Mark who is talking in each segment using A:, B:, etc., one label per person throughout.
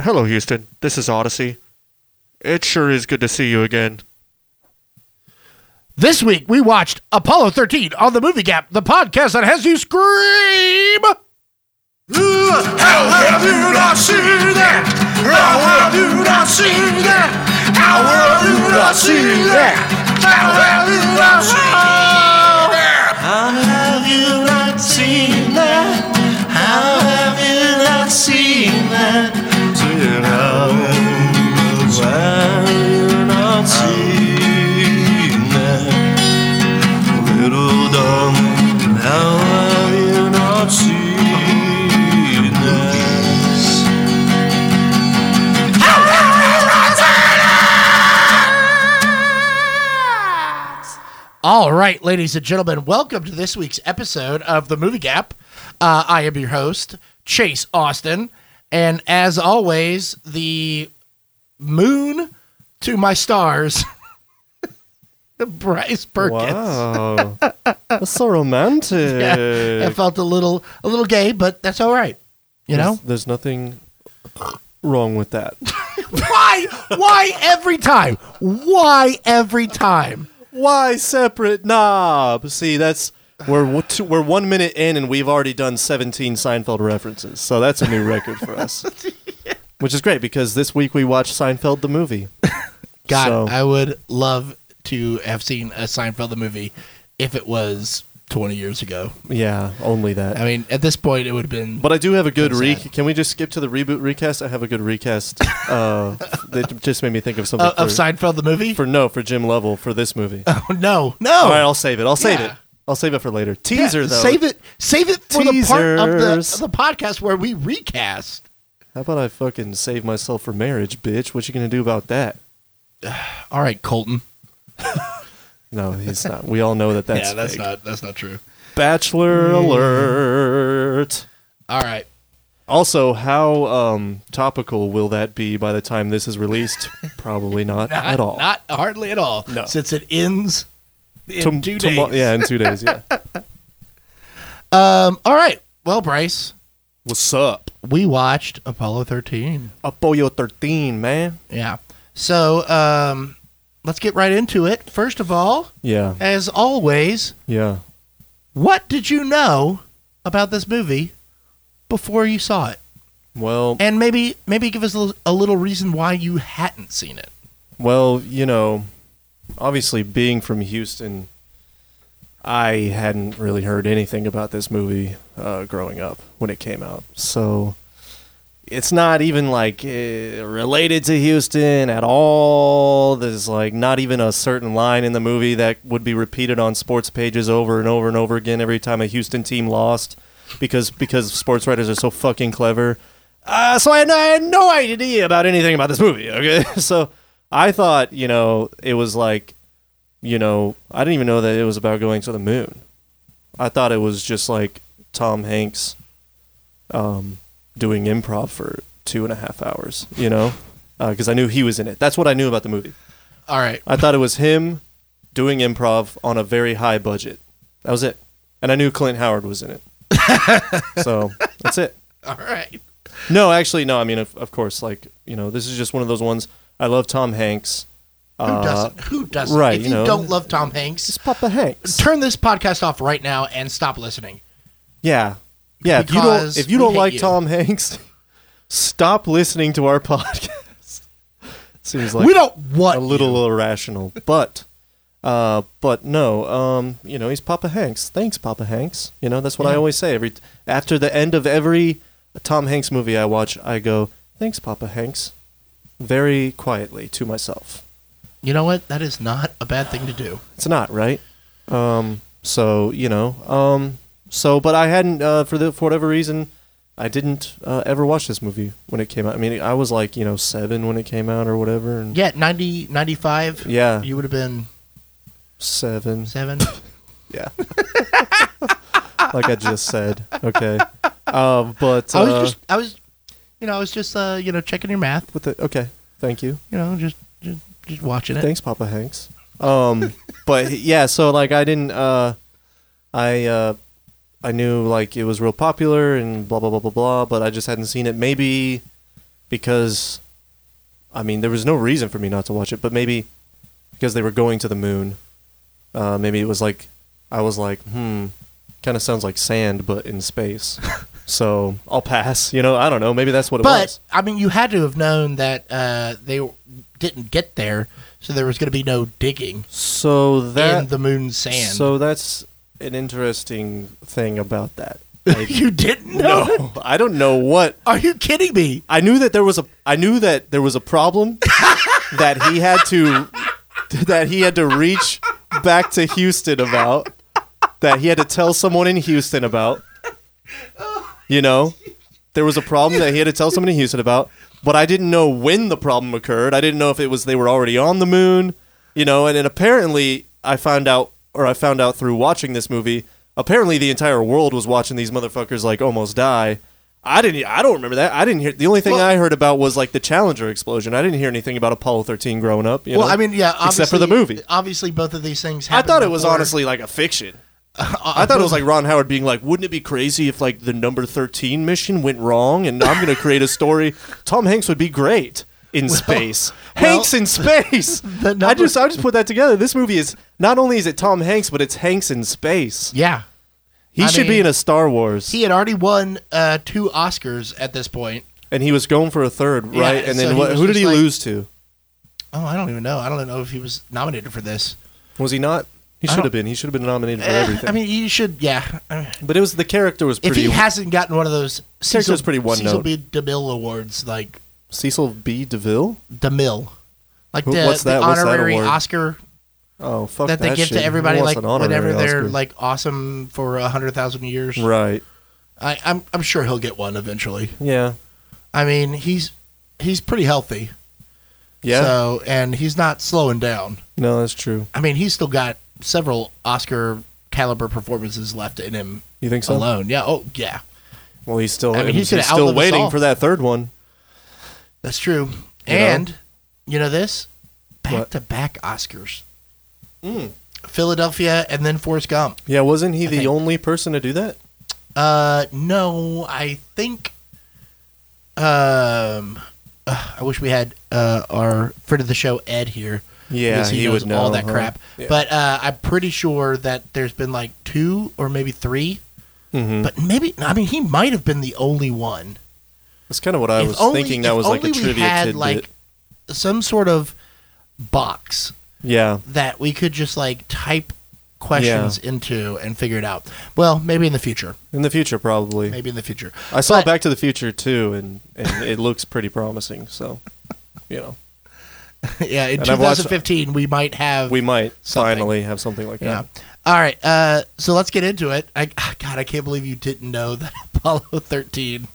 A: Hello, Houston. This is Odyssey. It sure is good to see you again.
B: This week we watched Apollo 13 on the Movie Gap, the podcast that has you scream.
C: How have you not seen that? How have you not seen that? How have you not seen that? How have you not seen that? How have you not seen that? How have you not seen that? How have you not seen that? Little darling, how have you not seen that?
B: All right, ladies and gentlemen, welcome to this week's episode of the Movie Gap. Uh, I am your host, Chase Austin. And as always, the moon to my stars, Bryce Perkins.
A: Wow. That's so romantic.
B: I felt a little a little gay, but that's all right. You know?
A: There's, there's nothing wrong with that.
B: Why? Why every time? Why every time?
A: Why separate knob? See, that's we're w- two, we're one minute in and we've already done 17 Seinfeld references, so that's a new record for us. Which is great because this week we watched Seinfeld the movie.
B: God,
A: So-
B: I would love to have seen a Seinfeld the movie if it was 20 years ago.
A: Yeah, only that.
B: I mean, at this point, it would have been.
A: But I do have a good
B: That's
A: re.
B: sad.
A: Can we just skip to the reboot recast? I have a good recast uh, that just made me think of something
B: Uh, of
A: for,
B: Seinfeld the movie?
A: for no for Jim Lovell for this movie.
B: Oh, no, no.
A: All right, I'll save it. I'll save
B: Yeah.
A: it. I'll save it for later.
B: Yeah,
A: Teaser though.
B: Save it. Save it for the part of the,
A: Teasers.
B: of the podcast where we recast.
A: How about I fucking save myself for marriage, bitch? What you gonna do about that?
B: All right, Colton.
A: No, he's not. We all know that that's,
B: yeah, that's
A: fake.
B: not that's not true.
A: Bachelor alert.
B: All right.
A: Also, how um, topical will that be by the time this is released? Probably not,
B: Not,
A: at all.
B: Not hardly at all.
A: No.
B: Since it ends in
A: Tom-
B: two days.
A: tomo- yeah, in two days. Yeah.
B: Um, all right. Well, Bryce,
A: What's up?
B: we watched Apollo 13.
A: Apollo 13, man.
B: Yeah. So um, let's get right into it. First of all,
A: Yeah,
B: as always,
A: yeah.
B: what did you know about this movie before you saw it?
A: Well,
B: And maybe maybe give us a little, a little reason why you hadn't seen it.
A: well, you know, obviously being from Houston, I hadn't really heard anything about this movie uh, growing up when it came out. So it's not even like uh, related to Houston at all. There's like not even a certain line in the movie that would be repeated on sports pages over and over and over again every time a Houston team lost, because because sports writers are so fucking clever. Uh, so I had, no, I had no idea about anything about this movie. Okay, so I thought you know it was like you know I didn't even know that it was about going to the moon. I thought it was just like Tom Hanks um, doing improv for two and a half hours, you know, because I knew he was in it. That's what I knew about the movie.
B: All right.
A: I thought it was him doing improv on a very high budget. That was it. And I knew Clint Howard was in it. so that's it.
B: All right.
A: No, actually, no. I mean, of, of course, like, you know, this is just one of those ones. I love Tom Hanks.
B: Who doesn't? Who doesn't?
A: Uh, right,
B: If you
A: you know.
B: don't love Tom Hanks,
A: Papa Hanks.
B: turn this podcast off right now and stop listening.
A: Yeah. Yeah. If you
B: Because
A: don't, if you
B: we
A: don't
B: hate
A: like
B: you.
A: Tom Hanks, stop listening to our podcast. Seems like
B: we don't want
A: a little irrational, but uh, but no, um, you know, he's Papa Hanks. Thanks, Papa Hanks. You know, that's what I always say every after the end of every Tom Hanks movie I watch. I go, thanks, Papa Hanks, very quietly to myself.
B: You know what? That is not a bad thing to do.
A: It's not right. Um, so you know, um, so but I hadn't uh, for the for whatever reason. I didn't uh, ever watch this movie when it came out. I mean, I was like, you know, seven when it came out or whatever, and
B: Yeah, 90, 95.
A: Yeah.
B: You would have been
A: seven.
B: seven.
A: Yeah. like I just said. Okay. Um, but uh,
B: I was just, I was, you know, I was just, uh, you know, checking your math,
A: with the, okay. Thank you.
B: you know, just, just, just watching it.
A: Thanks, Papa Hanks. Um, but yeah, so like I didn't. Uh, I uh, I knew like it was real popular and blah blah blah blah blah, but I just hadn't seen it. Maybe because I mean there was no reason for me not to watch it, but maybe because they were going to the moon. Uh, maybe it was like I was like, hmm, kind of sounds like sand, but in space. so I'll pass. You know, I don't know. Maybe that's what it
B: But
A: was.
B: I mean, you had to have known that uh, they w- didn't get there, so there was going to be no digging
A: So that
B: in the moon's sand.
A: So that's an interesting thing about that. I,
B: you didn't know?
A: no, I don't know what.
B: Are you kidding me?
A: I knew that there was a. I knew that there was a problem that he had to that he had to reach back to Houston about. That he had to tell someone in Houston about. You know, there was a problem that he had to tell someone in Houston about. But I didn't know when the problem occurred. I didn't know if it was they were already on the moon. You know, and, and apparently I found out, or I found out through watching this movie. Apparently, the entire world was watching these motherfuckers like almost die. I didn't. I don't remember that. I didn't hear. The only thing
B: Well-
A: I heard about was like the Challenger explosion. I didn't hear anything about Apollo 13 growing up. You
B: Well,
A: know?
B: I mean, yeah. Obviously,
A: except for the movie.
B: Obviously, both of these things.
A: I
B: happened
A: thought it was
B: before.
A: honestly like a fiction. I thought it was like Ron Howard being like, "Wouldn't it be crazy if like the number thirteen mission went wrong?" And I'm going to create a story. Tom Hanks would be great in space. Hanks in space.
B: number-
A: I just I just put that together. This movie is not only is it Tom Hanks, but it's Hanks in space.
B: Yeah,
A: He
B: I
A: should be
B: mean-
A: in a Star Wars,
B: he had already won uh, two Oscars at this point.
A: and he was going for a third,
B: Yeah,
A: right? And
B: so
A: then
B: he
A: what,
B: was
A: who did
B: just
A: he
B: like-
A: lose to?
B: Oh, I don't even know. I don't know if he was nominated for this.
A: Was he not? He should
B: don't-
A: have been. He should have been nominated for
B: Eh,
A: everything.
B: I mean, you should. Yeah, Uh,
A: but it was the character was
B: if
A: pretty.
B: he hasn't gotten one of those
A: Character's
B: Cecil,
A: pretty one
B: Cecil
A: note.
B: B. DeMille awards, like
A: Cecil B. DeVille.
B: DeMille, like
A: Who-
B: the,
A: what's that-
B: the
A: what's that
B: honorary
A: award?
B: Oscar
A: Oh fuck
B: that they give
A: shit.
B: to
A: Who
B: everybody,
A: wants
B: like
A: an honorary
B: whenever they're
A: Oscar?
B: like awesome for a hundred thousand years.
A: right.
B: I, I'm I'm sure he'll get one eventually.
A: Yeah.
B: I mean, he's he's pretty healthy.
A: Yeah.
B: So and he's not slowing down.
A: No, that's true.
B: I mean, he's still got several Oscar caliber performances left in him
A: You think so?
B: alone. Yeah. Oh, yeah.
A: Well, he's still
B: I mean, he's
A: he's,
B: gonna
A: still
B: outlive us
A: waiting
B: all.
A: for that third one.
B: That's true.
A: You know?
B: and you know this back
A: What?
B: to back Oscars.
A: Mm.
B: Philadelphia and then Forrest Gump.
A: Yeah, wasn't he the
B: think-
A: only person to do that?
B: Uh, no, I think. Um, uh, I wish we had uh, our friend of the show Ed here.
A: Yeah,
B: because
A: he
B: knows
A: would
B: all
A: know,
B: that
A: huh?
B: crap.
A: Yeah.
B: But uh, I'm pretty sure that there's been like two or maybe 3
A: Mm-hmm. Mm.
B: But maybe I mean he might have been the only one.
A: That's kind of what I
B: If
A: was
B: only-
A: thinking. That
B: if
A: was like a
B: only we
A: trivia
B: had,
A: tidbit.
B: like, some sort of box
A: yeah,
B: that we could just like type questions into and figure it out. Well, maybe in the future.
A: in the future probably.
B: Maybe in the future.
A: I saw
B: But-
A: Back to the Future too, and and it looks pretty promising. So, you know,
B: yeah, in
A: And I've watched-
B: 2015 we might have
A: we might
B: Something.
A: finally have something like
B: Yeah.
A: that.
B: All right. Uh, so let's get into it. I, ah, God, I can't believe you didn't know that Apollo 13.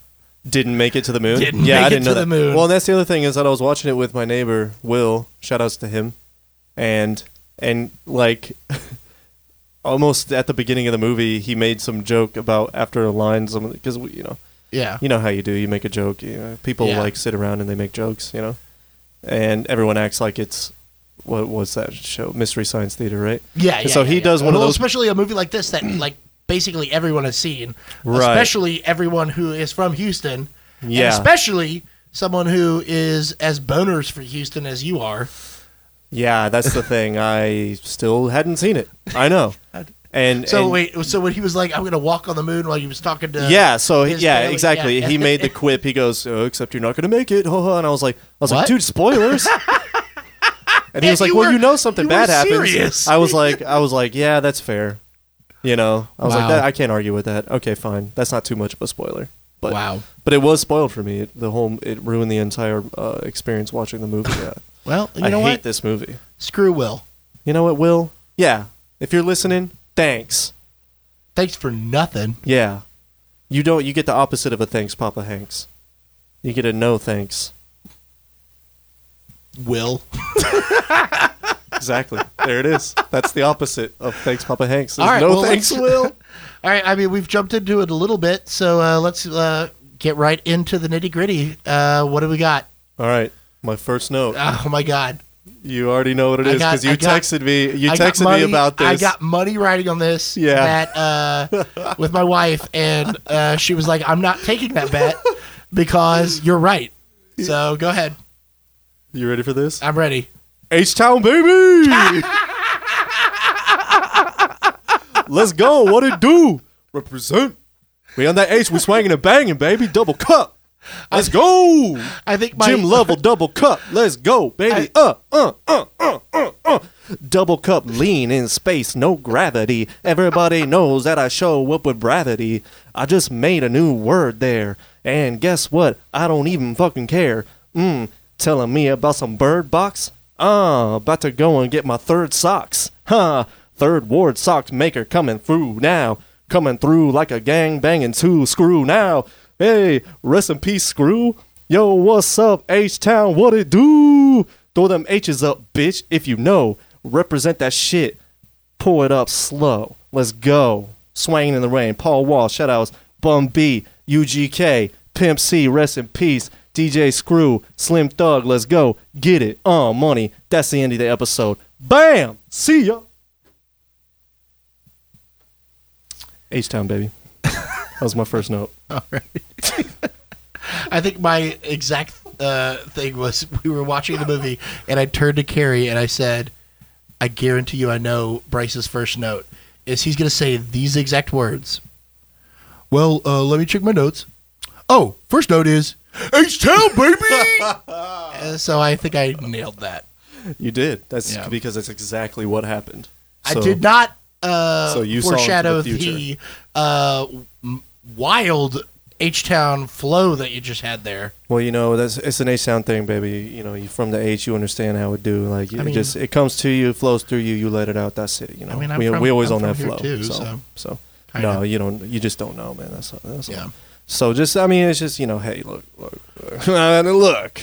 A: Didn't make it to the moon.
B: Didn't
A: yeah,
B: make
A: I
B: it
A: didn't
B: to
A: know
B: the
A: that.
B: moon.
A: Well, and that's the other thing is that I was watching it with my neighbor Will. Shout outs to him, and and like almost at the beginning of the movie, he made some joke about after a line, some because you know
B: Yeah.
A: you know how you do, you make a joke. You know, people
B: Yeah.
A: like sit around and they make jokes, you know, and everyone acts like it's what was that show, Mystery Science Theater, right?
B: Yeah.
A: And
B: yeah
A: so
B: yeah,
A: he
B: yeah.
A: does one of
B: Well,
A: those-
B: Especially a movie like this that like basically everyone has seen.
A: Right.
B: Especially everyone who is from Houston. and
A: Yeah.
B: especially someone who is as boners for Houston as you are.
A: Yeah, that's the thing. I still hadn't seen it. I know. And
B: So
A: and-
B: wait. So when he was like, "I'm gonna walk on the moon," while he was talking to
A: yeah, so
B: his
A: yeah,
B: family,
A: exactly.
B: yeah.
A: He made the quip. He goes, oh, "Except you're not going to make it." ha, ha," And I was like, "I was
B: What?
A: like, dude, spoilers." and he
B: Yeah,
A: was like,
B: you
A: "Well,
B: were-
A: you know something
B: you were
A: bad happens."
B: serious.
A: I was like, I was like, "Yeah, that's fair." You know, I was
B: Wow.
A: like, that, "I can't argue with that." Okay, fine. That's not too much of a spoiler. But
B: Wow.
A: but it was spoiled for me. It, the whole it ruined the entire uh, experience watching the movie. Yeah.
B: Well, you
A: I
B: know
A: hate
B: what?
A: this movie.
B: Screw Will.
A: You know what, Will? Yeah, if you're listening, thanks.
B: Thanks for nothing.
A: Yeah. You don't you get the opposite of a thanks, Papa Hanks. You get a no thanks.
B: Will.
A: Exactly. there it is. That's the opposite of thanks, Papa Hanks. There's
B: All right,
A: no
B: well,
A: thanks,
B: let's-
A: Will.
B: All right, I mean we've jumped into it a little bit, so uh, let's uh, get right into the nitty gritty. Uh, what do we got?
A: All right. My first note.
B: Oh my God!
A: You already know what it
B: I
A: is
B: got-
A: because you
B: I got-
A: texted me. You
B: I got
A: texted
B: money-
A: me about this.
B: I got money riding on this.
A: Yeah.
B: bet, uh, with my wife, and uh, she was like, "I'm not taking that bet because you're right." So go ahead.
A: You ready for this?
B: I'm ready.
A: H Town baby. Let's go. What it do? Represent. We on that H. We swinging and banging, baby. Double cup. Let's go.
B: I think my
A: Jim Lovell double cup. Let's go, baby. uh, uh, uh, uh, uh, uh. Double cup, lean in space, no gravity. Everybody knows that I show up with bravity. I just made a new word there. And guess what? I don't even fucking care. Mmm, telling me about some bird box? Uh, about to go and get my third socks. Huh, third ward socks maker coming through now. Coming through like a gang banging two screw now. Hey, rest in peace, screw. Yo, what's up, H Town? What it do? Throw them H's up, bitch, if you know. Represent that shit. Pull it up slow. Let's go. Swinging in the rain. Paul Wall, shoutouts. Bum B, UGK, Pimp C, rest in peace. DJ Screw, Slim Thug, let's go. Get it. Uh, money. That's the end of the episode. Bam! See ya. H Town, baby. That was my first note.
B: I think my exact uh, thing was we were watching the movie, and I turned to Carrie and I said, "I guarantee you, I know Bryce's first note is he's going to say these exact words." Well, uh, let me check my notes. Oh, first note is H Town, baby. Uh, so I think I nailed that.
A: You did. That's
B: Yeah.
A: because that's exactly what happened.
B: I
A: So-
B: did not uh,
A: So you saw into the
B: foreshadow the,
A: future.
B: uh, m- wild H Town flow that you just had there.
A: Well, you know, that's it's an H sound thing, baby. You know, you from the H, you understand how it do. Like it
B: mean-
A: just it comes to you, it flows through you, you let it out. That's it. You know,
B: mean, I'm
A: we,
B: from-
A: we always
B: I'm
A: on that
B: from here
A: flow.
B: too,
A: so,
B: so-
A: so,
B: Kinda.
A: no, you don't. You just don't know, man. That's all, that's all.
B: Yeah.
A: So just, I mean, it's just you know, hey, look, look, look, look.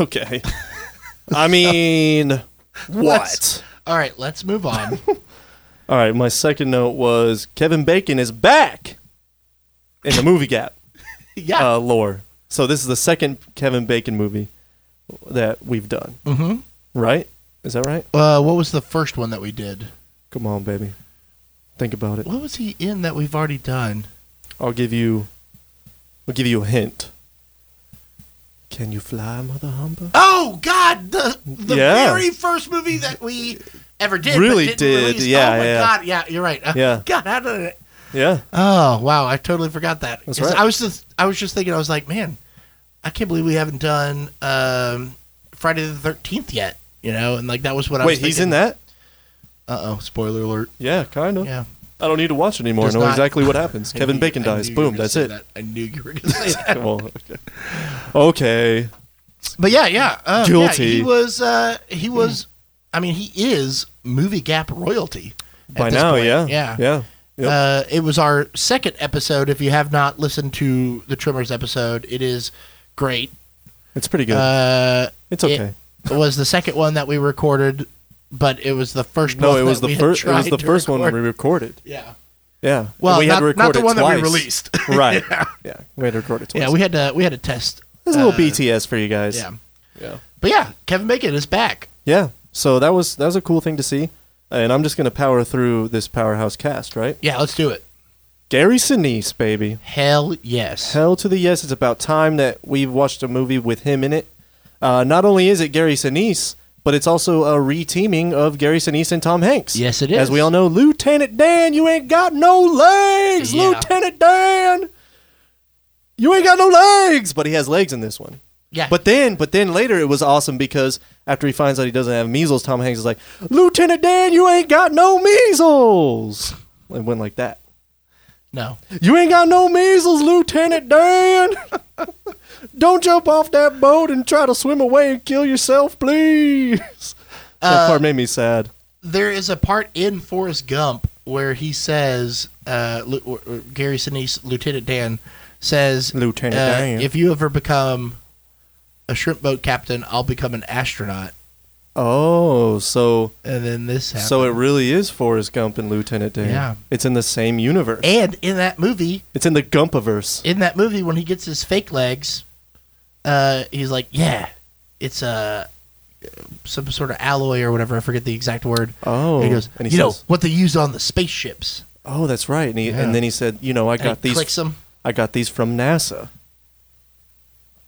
A: Okay. I mean, what?
B: All right, let's move on.
A: All right, my second note was Kevin Bacon is back in the movie gap
B: yeah.
A: uh, lore. So this is the second Kevin Bacon movie that we've done. Mm-hmm. Right? Is that right?
B: Uh, what was the first one that we did?
A: Come on, baby. Think about it.
B: What was he in that we've already done?
A: I'll give you. I'll give you a hint. Can you fly, Mother Humber?
B: Oh God, the the
A: Yeah.
B: very first movie that we ever did. but
A: Really
B: didn't
A: did,
B: release.
A: yeah,
B: Oh my
A: yeah.
B: God. Yeah, you're right. Uh,
A: Yeah.
B: God, how did it?
A: Yeah.
B: Oh wow, I totally forgot that.
A: That's
B: 'Cause
A: right.
B: I was just I was just thinking. I was like, man, I can't believe we haven't done um, Friday the Thirteenth yet. You know, and like that was what I was.
A: Wait, he's in that?
B: Uh oh, spoiler alert.
A: Yeah, kind of.
B: Yeah.
A: I don't need to watch anymore.
B: Does
A: I know
B: not-
A: exactly what happens.
B: I
A: Kevin
B: knew-
A: Bacon
B: I knew
A: dies.
B: you were
A: Boom.
B: gonna
A: That's
B: say
A: it.
B: that. I knew you were gonna say that.
A: Well, okay. okay.
B: But yeah, yeah, uh,
A: Guilty.
B: yeah, he was. Uh, he was. I mean, he is movie gap royalty at
A: By
B: this
A: now,
B: point.
A: yeah.
B: yeah,
A: Yeah. Yep.
B: Uh, it was our second episode. If you have not listened to the Trimmers episode, it is great.
A: it's pretty good.
B: Uh,
A: it's okay.
B: It was the second one that we recorded, but it was the first
A: no,
B: one.
A: it was the
B: that we had
A: first. It was
B: tried
A: the
B: to
A: first one
B: record.
A: we recorded.
B: yeah.
A: Yeah.
B: Well,
A: we
B: not,
A: had to record
B: not the
A: it
B: one that we
A: twice.
B: released.
A: right. yeah. we had to record it twice.
B: yeah, we had to we had to test.
A: There's a little BTS for you guys.
B: Yeah,
A: yeah,
B: but yeah, Kevin Bacon is back.
A: yeah. So that was that was a cool thing to see, and I'm just gonna power through this powerhouse cast, right?
B: Yeah, let's do it.
A: Gary Sinise, baby.
B: Hell yes.
A: Hell to the yes! It's about time that we watched a movie with him in it. Uh, not only is it Gary Sinise, but it's also a reteaming of Gary Sinise and Tom Hanks.
B: Yes, it
A: As
B: is.
A: we all know, Lieutenant Dan, you ain't got no legs,
B: Yeah.
A: Lieutenant Dan. You ain't got no legs, but he has legs in this one.
B: Yeah,
A: But then, but then later it was awesome because after he finds out he doesn't have measles, Tom Hanks is like, Lieutenant Dan, you ain't got no measles. And went like that.
B: no.
A: You ain't got no measles, Lieutenant Dan. Don't jump off that boat and try to swim away and kill yourself, please. That part made me sad.
B: there is a part in Forrest Gump where he says, uh, Lu- or- or Gary Sinise, Lieutenant Dan says,
A: Lieutenant
B: uh,
A: Dan.
B: if you ever become a shrimp boat captain, I'll become an astronaut.
A: Oh, so
B: And then this happened.
A: so it really is Forrest Gump and Lieutenant Dan.
B: Yeah.
A: It's in the same universe.
B: and in that movie,
A: it's in the Gumpaverse.
B: in that movie, when he gets his fake legs, uh, he's like, yeah, it's a some sort of alloy or whatever. I forget the exact word.
A: Oh.
B: And he goes,
A: and
B: you
A: he says,
B: know what they use on the spaceships.
A: Oh, that's right. And, he,
B: Yeah.
A: and then he said, you know, I
B: And
A: got
B: he
A: these
B: clicks them.
A: I got these from NASA.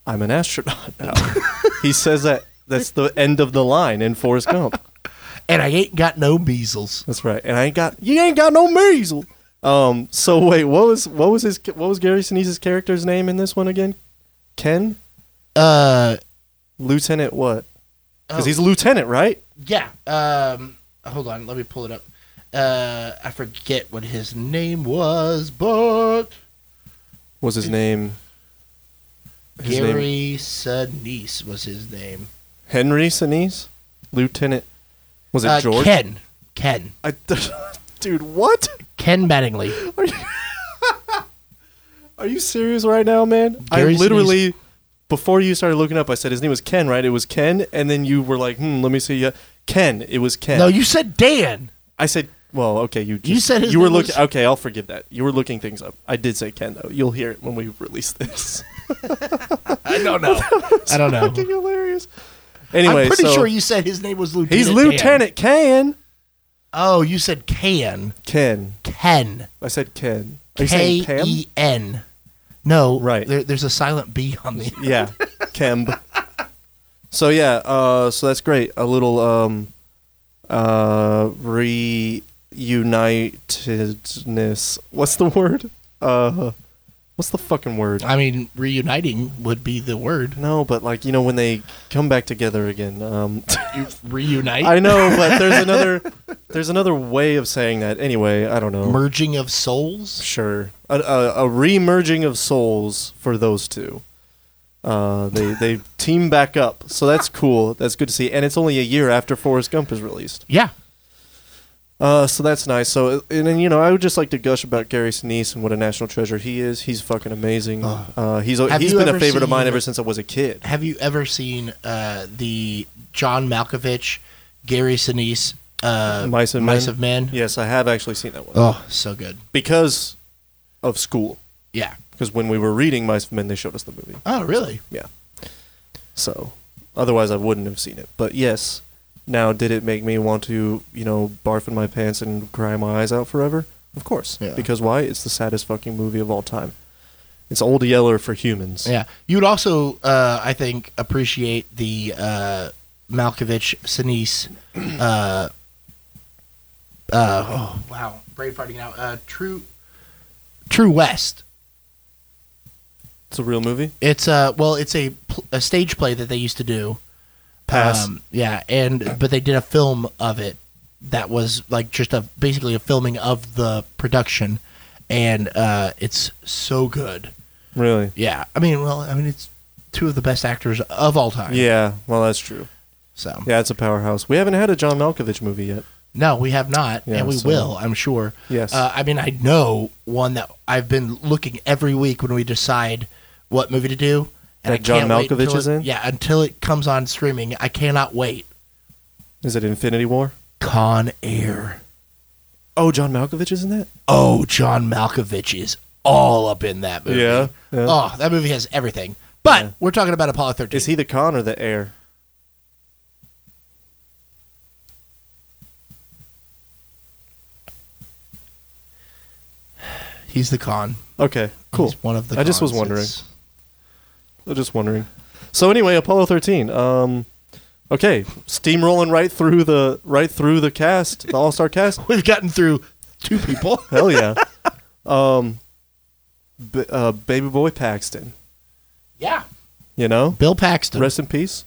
A: I'm an astronaut now. he says that that's the end of the line in Forrest Gump.
B: And I ain't got no measles.
A: That's right. And I ain't got you ain't got no measles. Um. So wait, what was what was his what was Gary Sinise's character's name in this one again? Ken
B: Uh,
A: Lieutenant what? Because
B: Oh.
A: he's a lieutenant, right?
B: yeah. Um, hold on, let me pull it up. Uh, I forget what his name was, but
A: Was his name? His name-
B: Gary Sinise was his name.
A: Henry Sinise, Lieutenant. Was it
B: Uh,
A: George?
B: Ken. Ken.
A: I, dude, what?
B: Ken Mattingly.
A: Are you, Are you serious right now, man?
B: Gary
A: I literally, before you started looking up, I said his name was Ken, right? It was Ken, and then you were like, hmm, let me see. Yeah. Ken, it was Ken.
B: No, you said Dan.
A: I said, well, okay, you just,
B: You said his
A: you were
B: name was-
A: looking. Okay, I'll forgive that. You were looking things up. I did say Ken though. You'll hear it when we release this.
B: I don't know. I don't know.
A: Fucking hilarious. Anyway,
B: I'm pretty
A: so
B: sure you said his name was Lieutenant.
A: he's
B: Dan.
A: Lieutenant Ken.
B: Oh, you said Can.
A: Ken.
B: Ken.
A: I said Ken. Are you
B: K
A: saying Cam?
B: E N. No,
A: Right.
B: There, there's a silent B on the.
A: yeah, Kemb. So yeah, uh, so that's great. A little um, uh, reunitedness. What's the word? Uh, what's the fucking word?
B: I mean, reuniting would be the word.
A: No, but like you know when they come back together again. Um,
B: You reunite.
A: I know, but there's another there's another way of saying that. Anyway, I don't know.
B: Merging of souls.
A: Sure. A, a, a re-merging of souls for those two. Uh, they they team back up, so that's cool. That's good to see, and it's only a year after Forrest Gump is released,
B: Yeah.
A: uh, so that's nice. So and then you know I would just like to gush about Gary Sinise and what a national treasure he is. He's fucking amazing. Uh, he's
B: Have
A: he's
B: you
A: been a
B: ever
A: favorite of mine
B: seen-
A: ever since I was a kid.
B: Have you ever seen uh, the John Malkovich, Gary Sinise, uh,
A: Mice and
B: Mice
A: Men?
B: of Men?
A: Yes, I have actually seen that one
B: Oh, so good.
A: because of school.
B: Yeah.
A: Because when we were reading Mice of Men, they showed us the movie.
B: Oh, really?
A: Yeah. So, otherwise I wouldn't have seen it. But yes, now did it make me want to, you know, barf in my pants and cry my eyes out forever? Of course.
B: Yeah.
A: Because why? It's the saddest fucking movie of all time. It's old Yeller for humans.
B: Yeah. You would also, uh, I think, appreciate the uh, Malkovich Sinise. Uh, uh, oh wow, brain farting now. Uh, True, True West.
A: It's a real movie.
B: It's uh, well, it's a pl- a stage play that they used to do. Um,
A: Pass.
B: yeah, and but they did a film of it that was like just a basically a filming of the production, and uh, it's so good.
A: really?
B: Yeah, I mean, well, I mean, it's two of the best actors of all time.
A: Yeah, well that's true.
B: So
A: Yeah, it's a powerhouse. We haven't had a John Malkovich movie yet.
B: No, we have not,
A: Yeah,
B: and we
A: so-
B: will, I'm sure.
A: Yes.
B: Uh, I mean, I know one that I've been looking every week when we decide what movie to do.
A: That
B: I
A: John
B: can't wait
A: Malkovich
B: until
A: is
B: it-
A: in?
B: Yeah, until it comes on streaming, I cannot wait.
A: Is it Infinity War?
B: Con Air.
A: Oh, John Malkovich is in that?
B: Oh, John Malkovich is all up in that movie.
A: Yeah, yeah.
B: Oh, that movie has everything. But we're talking about Apollo 13.
A: Is he the con or the heir?
B: He's the con.
A: Okay, cool.
B: He's one of the.
A: I just was
B: cons.
A: wondering.
B: It's-
A: I'm just wondering. So anyway, Apollo 13. Um, okay, steamrolling right through the right through the cast, the All Star cast.
B: We've gotten through two people.
A: Hell yeah. Um, b- uh, baby boy Paxton.
B: yeah.
A: You know,
B: Bill Paxton.
A: rest in peace.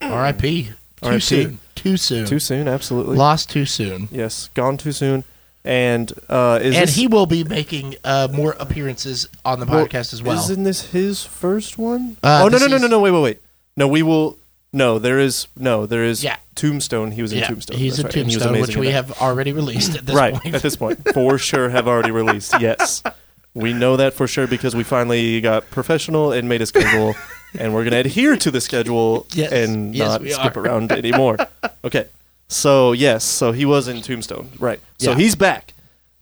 B: R.I.P. Too
A: R.I.P..
B: soon. Too soon.
A: Too soon, absolutely.
B: Lost too soon.
A: Yes, gone too soon. And uh, is
B: and
A: this,
B: he will be making uh, more appearances on the
A: well,
B: podcast as well.
A: Isn't this his first one?
B: Uh,
A: oh no
B: this
A: no no
B: is-
A: no no wait wait wait. No, we will. No, there is no there is
B: Yeah.
A: Tombstone. He was in
B: yeah,
A: Tombstone.
B: he's
A: That's
B: a
A: right, and he was
B: tombstone,
A: amazing
B: which
A: in
B: we
A: that.
B: have already released at this
A: right
B: point.
A: at this point for sure have already released yes we know that for sure because we finally got professional and made a schedule and we're going to adhere to the schedule
B: Yes,
A: and
B: yes,
A: not
B: we
A: skip
B: are.
A: around anymore okay so yes so he was in tombstone right so
B: Yeah.
A: he's back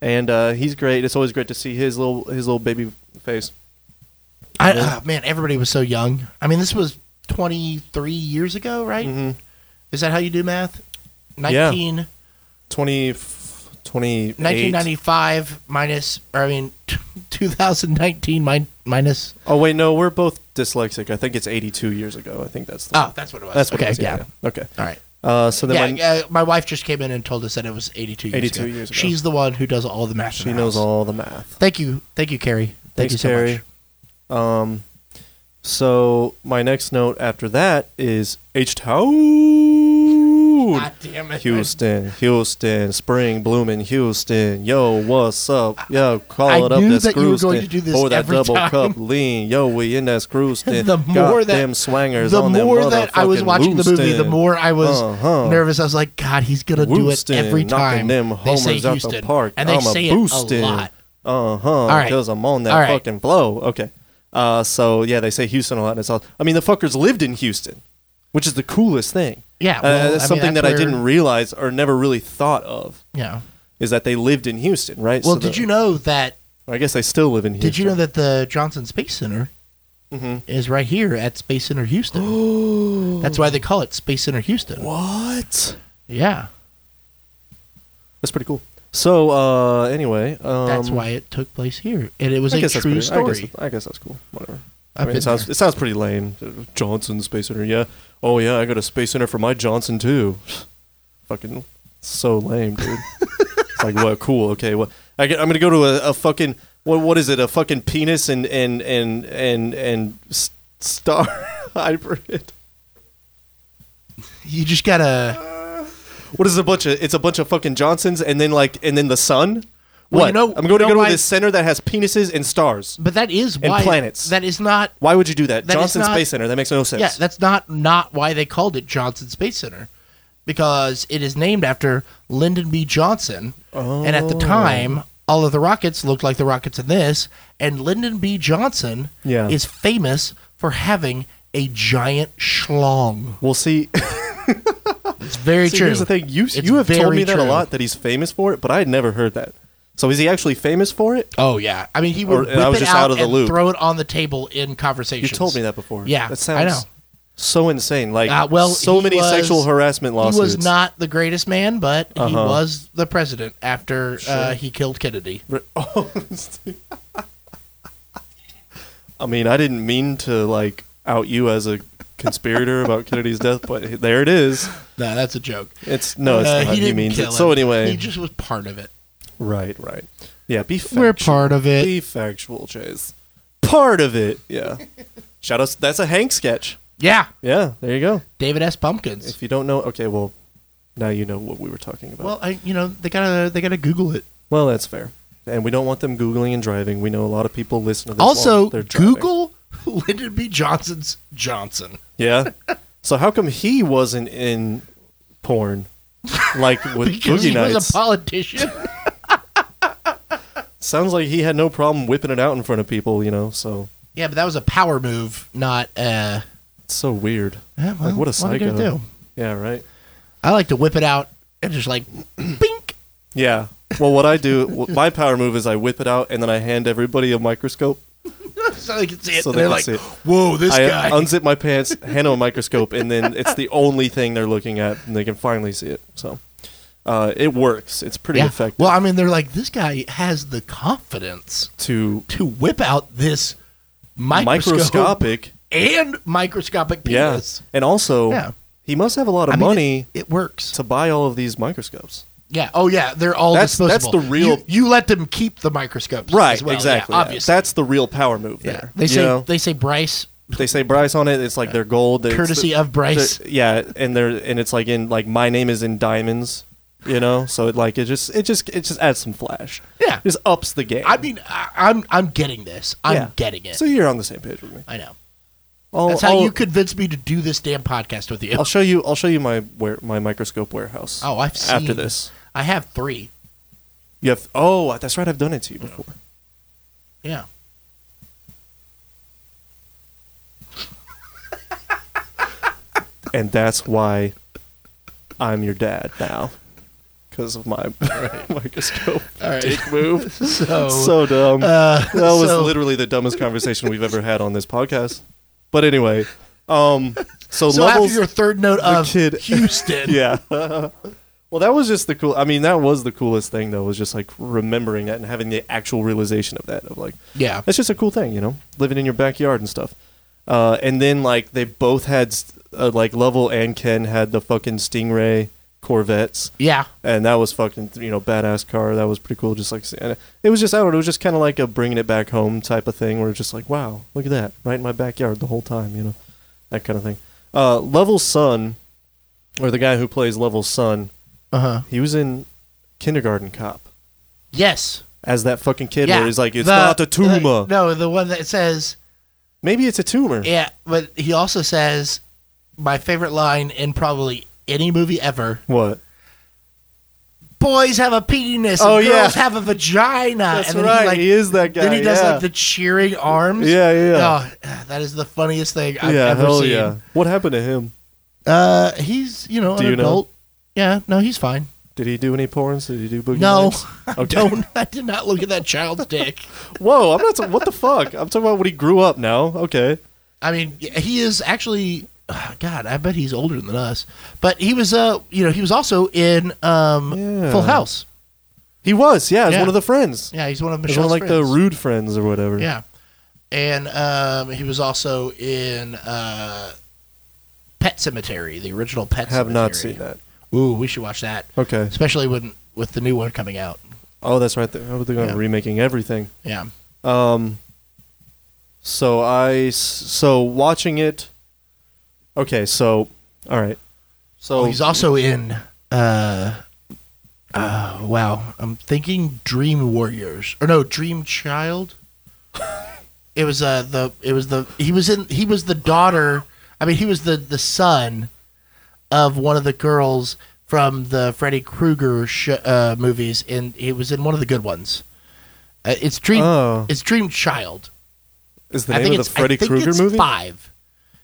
A: and uh, he's great it's always great to see his little his little baby face
B: I, ah, man, everybody was so young. I mean, this was 23 years ago, right?
A: Mm-hmm.
B: Is that how you do math? 19,
A: 20 28
B: 1995 minus, or I mean, 2019 min- minus.
A: oh wait no we're both dyslexic. I think it's 82 years ago. I think that's the,
B: Oh, that's what it was.
A: Ah, that's what
B: okay.
A: it is.
B: yeah.
A: Okay.
B: All right.
A: Uh, so then
B: yeah,
A: my-
B: yeah, my wife just came in and told us that it was 82 years
A: 82
B: ago.
A: years ago.
B: She's the one who does all the math.
A: she
B: in the
A: knows
B: house.
A: all the math.
B: Thank you. Thank you, Carrie. Thank
A: Thanks,
B: you so
A: Carrie.
B: much.
A: Um, so my next note after that is H Town,
B: God damn it.
A: Houston, Houston, spring blooming Houston. Yo, what's up? Yo, call
B: I
A: it up.
B: knew
A: that's
B: that you were going to
A: Screwston.
B: do this
A: Pour that
B: every
A: double
B: time.
A: cup lean. Yo, we in that Screwston.
B: The more
A: God
B: that-
A: them swangers
B: The
A: on them
B: more that I was
A: motherfucking
B: watching the movie, the
A: Houston.
B: more I was
A: Uh-huh.
B: nervous. I was like, God, he's gonna
A: Houston,
B: do it every
A: knocking
B: time.
A: them
B: they say
A: homers out the
B: Houston,
A: park.
B: and they
A: I'm
B: say
A: a boosting.
B: it a lot.
A: Uh huh.
B: right.
A: Because I'm on that
B: All right.
A: fucking flow. Okay. Uh, so yeah, they say Houston a lot, and it's all. I mean, the fuckers lived in Houston, which is the coolest thing.
B: Yeah,
A: Uh,
B: well, I mean,
A: that's something
B: that's
A: that I
B: where-
A: didn't realize or never really thought of
B: Yeah.
A: is that they lived in Houston, right?
B: Well,
A: So
B: did
A: the-
B: you know that?
A: I guess they still live in Houston.
B: Did you know that the Johnson Space Center
A: Mm-hmm.
B: is right here at Space Center Houston? That's why they call it Space Center Houston.
A: What?
B: Yeah,
A: That's pretty cool. So uh, anyway, um,
B: that's why it took place here, and it was
A: I
B: a
A: guess that's
B: true
A: pretty, I guess,
B: story.
A: I guess that's cool. Whatever.
B: I've
A: I mean,
B: been
A: it sounds
B: there.
A: it sounds pretty lame. Johnson Space Center, yeah. Oh yeah, I got a Space Center for my Johnson too. fucking so lame, dude. it's like what? Cool. Okay. What? I am gonna go to a, a fucking what? What is it? A fucking penis and and and and and s- star hybrid.
B: You just gotta.
A: What is a bunch of? It's a bunch of fucking Johnsons and then like and then the sun. What?
B: Well, you know-
A: I'm going to
B: you
A: go
B: know
A: to
B: why-
A: this center that has penises and stars.
B: But that is
A: And
B: why
A: planets.
B: That is not.
A: Why would you do that?
B: That is
A: Johnson
B: not-
A: Space Center. That makes no sense.
B: Yeah, that's not not why they called it Johnson Space Center, because it is named after Lyndon B. Johnson, and at the
A: Oh.
B: time, all of the rockets looked like the rockets in this, and Lyndon B. Johnson
A: Yeah.
B: is famous for having a giant schlong.
A: We'll see.
B: It's very
A: See,
B: true.
A: here's the thing. You
B: It's
A: you have told
B: very
A: me that a
B: true.
A: lot that he's famous for it, but I had never heard that. So is he actually famous for it?
B: Oh yeah, I mean he would
A: Or-
B: whip
A: and I was
B: it
A: just
B: out,
A: out of the
B: and
A: loop.
B: throw it on the table in
A: You
B: conversations.
A: told me that before.
B: Yeah,
A: that
B: I know.
A: so insane. Like
B: Uh, well,
A: so
B: he
A: many
B: was-
A: sexual harassment
B: He
A: lawsuits. Uh-huh.
B: was not the greatest man, but he was the president after uh, he killed Kennedy.
A: Oh, I mean, I didn't mean to like out you as a conspirator about Kennedy's death, but there it is.
B: No, that's a joke.
A: It's no, it's
B: Uh,
A: not. He,
B: didn't
A: means
B: kill
A: it. So
B: him.
A: anyway,
B: he just was part of it.
A: right, right. Yeah, be factual.
B: We're part of it.
A: Be factual, Chase. Part of it. Yeah. Shout out. That's a Hank sketch.
B: Yeah,
A: Yeah, there you go.
B: David S. Pumpkins.
A: If you don't know, okay, well, now you know what we were talking about.
B: Well,
A: Well,
B: I you know they gotta they gotta Google it.
A: that's fair. And we don't want them googling and driving. We know a lot of people listen to this.
B: Also,
A: while they're driving.
B: Google Lyndon B. Johnson's Johnson.
A: Yeah. so how come he wasn't in porn, like with
B: Because
A: Boogie
B: he
A: Nights?
B: was a politician.
A: Sounds like he had no problem whipping it out in front of people. You know, so
B: yeah, but that was a power move, not uh
A: it's so weird.
B: Yeah, well,
A: like, what a
B: what are you
A: psycho.
B: gonna do?
A: Yeah. Right.
B: I like to whip it out and just like bink.
A: Yeah. Well, what I do, wh- my power move is I whip it out and then I hand everybody a microscope.
B: so they can see it.
A: So
B: and
A: they
B: they're
A: can
B: like,
A: see it.
B: whoa, this
A: I
B: guy.
A: unzip my pants, hand them a microscope, and then it's the only thing they're looking at, and they can finally see it. So uh, it works. It's pretty
B: yeah.
A: effective
B: Well, I mean, they're like, this guy has the confidence
A: to
B: to whip out this microscope
A: microscopic.
B: and microscopic
A: Yeah,
B: penis.
A: and also
B: Yeah.
A: he must have a lot of
B: I mean,
A: money
B: it, it works.
A: to buy all of these microscopes.
B: yeah. Oh, yeah. They're all
A: That's- that's
B: disposable.
A: the real-
B: You, you let them keep the microscopes, as well. Yeah,
A: exactly.
B: obviously,
A: That's the real power move.
B: yeah.
A: There.
B: They
A: You
B: say
A: know?
B: they say Bryce,
A: they say Bryce on it. It's like they're gold. They're-
B: courtesy of Bryce.
A: they're- yeah, and they're and it's like in like my name is in diamonds. You know, so it like it just it just it just adds some flash.
B: Yeah.
A: just ups the game.
B: I mean, I, I'm I'm getting this. I'm
A: Yeah.
B: getting it.
A: So Oh, you're on the same page with me.
B: I know.
A: I'll,
B: That's how
A: I'll-
B: you convinced me to do this damn podcast with you.
A: I'll show you. I'll show you my where my microscope warehouse.
B: Oh, I've seen
A: after this.
B: I have three.
A: You have. Oh, that's right. I've done it to you before.
B: Yeah.
A: and that's why I'm your dad now because of my microscope dick move.
B: So, uh,
A: so dumb. that was
B: so-
A: literally the dumbest conversation we've ever had on this podcast. But anyway, um, so,
B: so
A: levels.
B: after your third note of
A: kid-
B: Houston,
A: yeah. well, that was just the cool. I mean, that was the coolest thing though. Was just like remembering that and having the actual realization of that. Of like,
B: Yeah.
A: that's just a cool thing, you know, living in your backyard and stuff. Uh, and then like they both had st- uh, like Lovell and Ken had the fucking Stingray Corvettes,
B: Yeah.
A: and that was fucking you know badass car. That was pretty cool. Just like and it was just I don't know. It was just kind of like a bringing it back home type of thing. Where it's just like wow, look at that right in my backyard the whole time. You know that kind of thing. Uh, Lovell's son, or the guy who plays Lovell's son,
B: Uh huh.
A: he was in Kindergarten Cop
B: Yes.
A: as that fucking kid
B: yeah.
A: where he's like, it's
B: The-
A: not a tumor.
B: the- no, the one that says,
A: Maybe it's a tumor.
B: yeah, but he also says, my favorite line in probably any movie ever
A: what?
B: boys have a penis and
A: Oh,
B: girls
A: yeah.
B: have a vagina.
A: That's
B: Uh, and then
A: right.
B: He, like,
A: he is that guy.
B: then he does
A: yeah.
B: like the cheering arms.
A: Yeah, yeah.
B: Oh, that is the funniest thing I've
A: yeah,
B: ever
A: hell
B: seen.
A: yeah. What happened to him?
B: Uh, he's you know
A: Do
B: an
A: you know?
B: adult. Yeah, no, he's fine.
A: Did he do any porns? Did he do boogie
B: No,
A: nights?
B: I don't. I did not look at that child's dick.
A: Whoa, I'm not. ta- what the fuck? I'm talking about when he grew up. Now, okay.
B: I mean, he is actually. God, I bet he's older than us. But he was, uh, you know, he was also in um,
A: Yeah.
B: Full House.
A: He was. Yeah, as
B: Yeah.
A: one of the friends.
B: Yeah, he's one of
A: He was one
B: Michelle's
A: of, like the
B: friends.
A: rude friends or whatever.
B: Yeah, and um, he was also in uh, Pet Cemetery, the original Pet.
A: Have not
B: Cemetery.
A: seen that.
B: Ooh, we should watch that,
A: Okay.
B: especially when with the new one coming out.
A: Oh, that's right. They're they're gonna
B: Yeah.
A: be remaking everything.
B: Yeah.
A: Um. So I s- so watching it. Okay, so all right. So
B: Oh, he's also in. Uh, uh, wow, I'm thinking Dream Warriors or no Dream Child. it was uh the it was the he was in he was the daughter. I mean, he was the the son of one of the girls from the Freddy Krueger sh- uh, movies, and he was in one of the good ones. Uh, it's Dream.
A: Oh.
B: It's Dream Child.
A: is the name of the
B: it's- I
A: Freddy
B: think
A: Krueger
B: it's
A: movie?
B: five.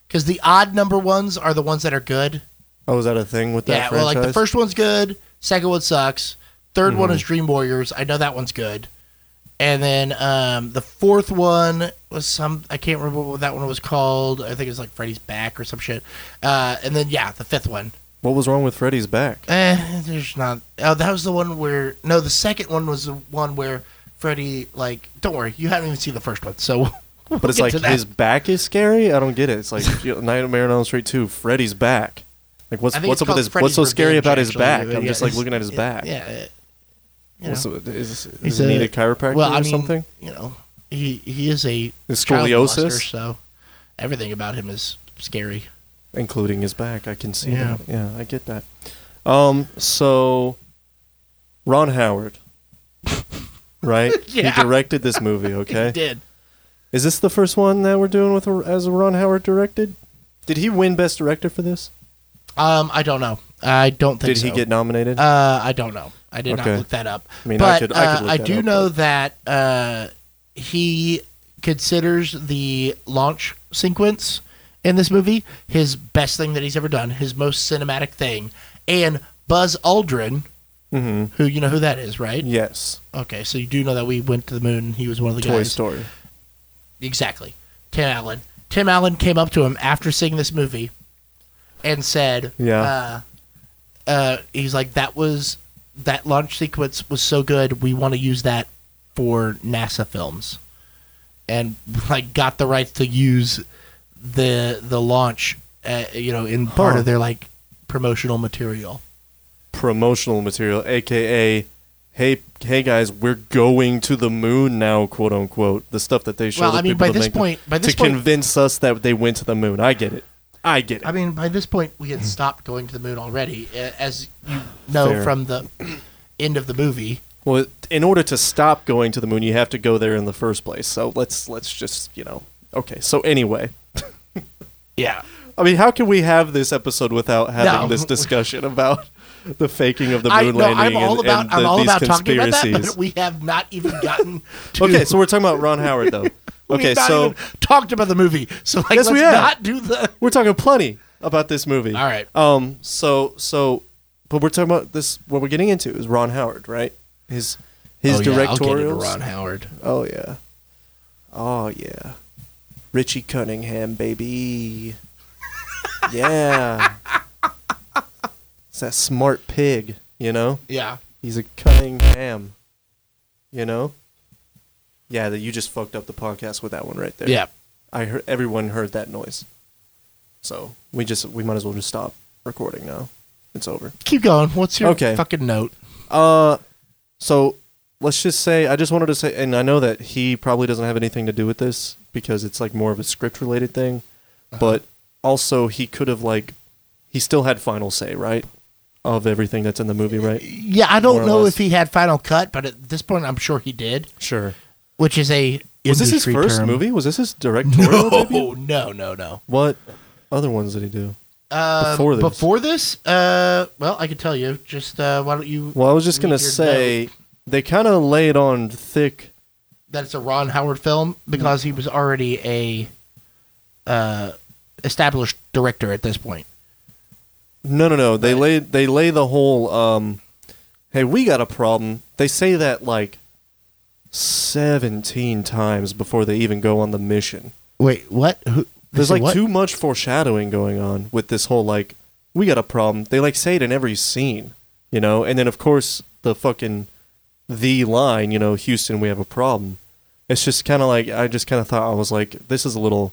B: Because the odd number ones are the ones that are good.
A: Oh, is that a thing with that
B: Yeah, well,
A: franchise? Mm-hmm.
B: like the first one's good, second one sucks, 3rd one is Dream Warriors. I know that one's good, and then um, the fourth one was some I can't remember what that one was called. I think it was like Freddy's Back or some shit. Uh, and then yeah, the fifth one.
A: What was wrong with Freddy's back?
B: Eh, there's not. Oh, that was the one where no, the second one was the one where Freddy like. Don't worry, you haven't even seen the first one, so. we'll
A: But it's
B: get
A: like
B: to that.
A: his back is scary. I don't get it. It's like you know, Nightmare on Elm Street Two. Freddy's back. Like what's
B: I think
A: what's
B: it's
A: up with
B: called
A: his?
B: Freddy's
A: what's so scary
B: Revenge,
A: about his
B: actually,
A: back?
B: but
A: I'm
B: yeah,
A: just like
B: it's-
A: looking at his
B: it-
A: back.
B: Yeah. it- you
A: What's
B: know.
A: up- is, is
B: He's
A: he
B: a-
A: need a chiropractor
B: well, I
A: or
B: mean,
A: something?
B: You know, he he is a
A: Is
B: child
A: scoliosis?
B: molester, so everything about him is scary.
A: including his back. I can see
B: Yeah.
A: that. Yeah, I get that. Um, so Ron Howard, right?
B: Yeah.
A: He directed this movie. Okay,
B: He did.
A: is this the first one that we're doing with a, as Ron Howard directed? Did he win Best Director for this?
B: Um, I don't know. I don't think.
A: Did he
B: so.
A: get nominated?
B: Uh, I don't know. I did
A: Okay.
B: not look that up.
A: I mean, I
B: but
A: could- I could
B: uh,
A: look that
B: do
A: up,
B: know that uh, he considers the launch sequence in this movie his best thing that he's ever done, his most cinematic thing, and Buzz Aldrin.
A: Mhm.
B: Who you know who that is, right?
A: yes,
B: Okay, so you do know that we went to the moon. and He was one of the
A: Toy
B: guys.
A: Story.
B: Exactly. Tim Allen. Tim Allen came up to him after seeing this movie and said,
A: Yeah.
B: uh, uh, he's like, that was, that launch sequence was so good. We want to use that for NASA films. And, like, got the rights to use the the launch, uh, you know, in part
A: Huh.
B: of their, like, promotional material.
A: Promotional material, aka. Hey, hey guys! We're going to the moon now, quote unquote. The stuff that they show.
B: Well,
A: the
B: I mean,
A: people
B: by
A: to
B: this
A: make the-
B: point- by this
A: to
B: point-
A: convince us that they went to the moon. I get it. I get it.
B: I mean, by this point, we had stopped going to the moon already, uh, as you know
A: Fair.
B: from the end of the movie.
A: Well, in order to stop going to the moon, you have to go there in the first place. So let's let's just you know. Okay. So anyway,
B: Yeah.
A: I mean, how can we have this episode without having
B: No.
A: this discussion about the faking of the
B: I,
A: moon
B: no,
A: landing
B: I'm all
A: and,
B: about
A: and
B: I'm
A: the-
B: all
A: these
B: about talking about
A: conspiracies?
B: that, but we have not even gotten to
A: okay, so we're talking about Ron Howard though.
B: we've
A: Okay,
B: not
A: so
B: even talked about the movie. So like,
A: Yes,
B: let's
A: we have.
B: not do the
A: we're talking plenty about this movie.
B: All right.
A: Um. So so, but we're talking about this. What we're getting into is Ron Howard, right? His
B: Oh,
A: his directorials.
B: Howard.
A: Oh yeah. Oh yeah. Richie Cunningham, baby. yeah. It's that smart pig, you know?
B: Yeah.
A: He's a Cunningham. You know? Yeah, that you just fucked up the podcast with that one right there.
B: Yeah.
A: I heard everyone heard that noise. So we just we might as well just stop recording now. It's over.
B: Keep going. What's your
A: Okay.
B: fucking note?
A: Uh, so let's just say I just wanted to say, and I know that he probably doesn't have anything to do with this because it's like more of a script related thing,
B: Uh-huh.
A: but also he could have like he still had final say, right, of everything that's in the movie, right?
B: Yeah, I
A: More
B: don't
A: or
B: know
A: less.
B: if he had final cut, but at this point, I'm sure he did.
A: Sure.
B: Which is a
A: Was this his
B: industry
A: first
B: term.
A: movie? Was this his directorial debut?
B: No, no, no, no.
A: What other ones did he do?
B: Uh,
A: Before this.
B: before this, uh, well, I could tell you. Just uh, why don't you?
A: Well, I was just
B: read
A: gonna
B: your
A: say
B: note
A: they kind of laid on thick.
B: that it's a Ron Howard film because he was already a uh, established director at this point.
A: No, no, no. They lay they lay the whole. Um, hey, we got a problem. They say that like seventeen times before they even go on the mission.
B: Wait, what? Who?
A: There's
B: they
A: like
B: what?
A: too much foreshadowing going on with this whole like we got a problem. They like say it in every scene, you know. And then of course the fucking the line, you know, Houston, we have a problem. It's just kind of like I just kind of thought I was like this is a little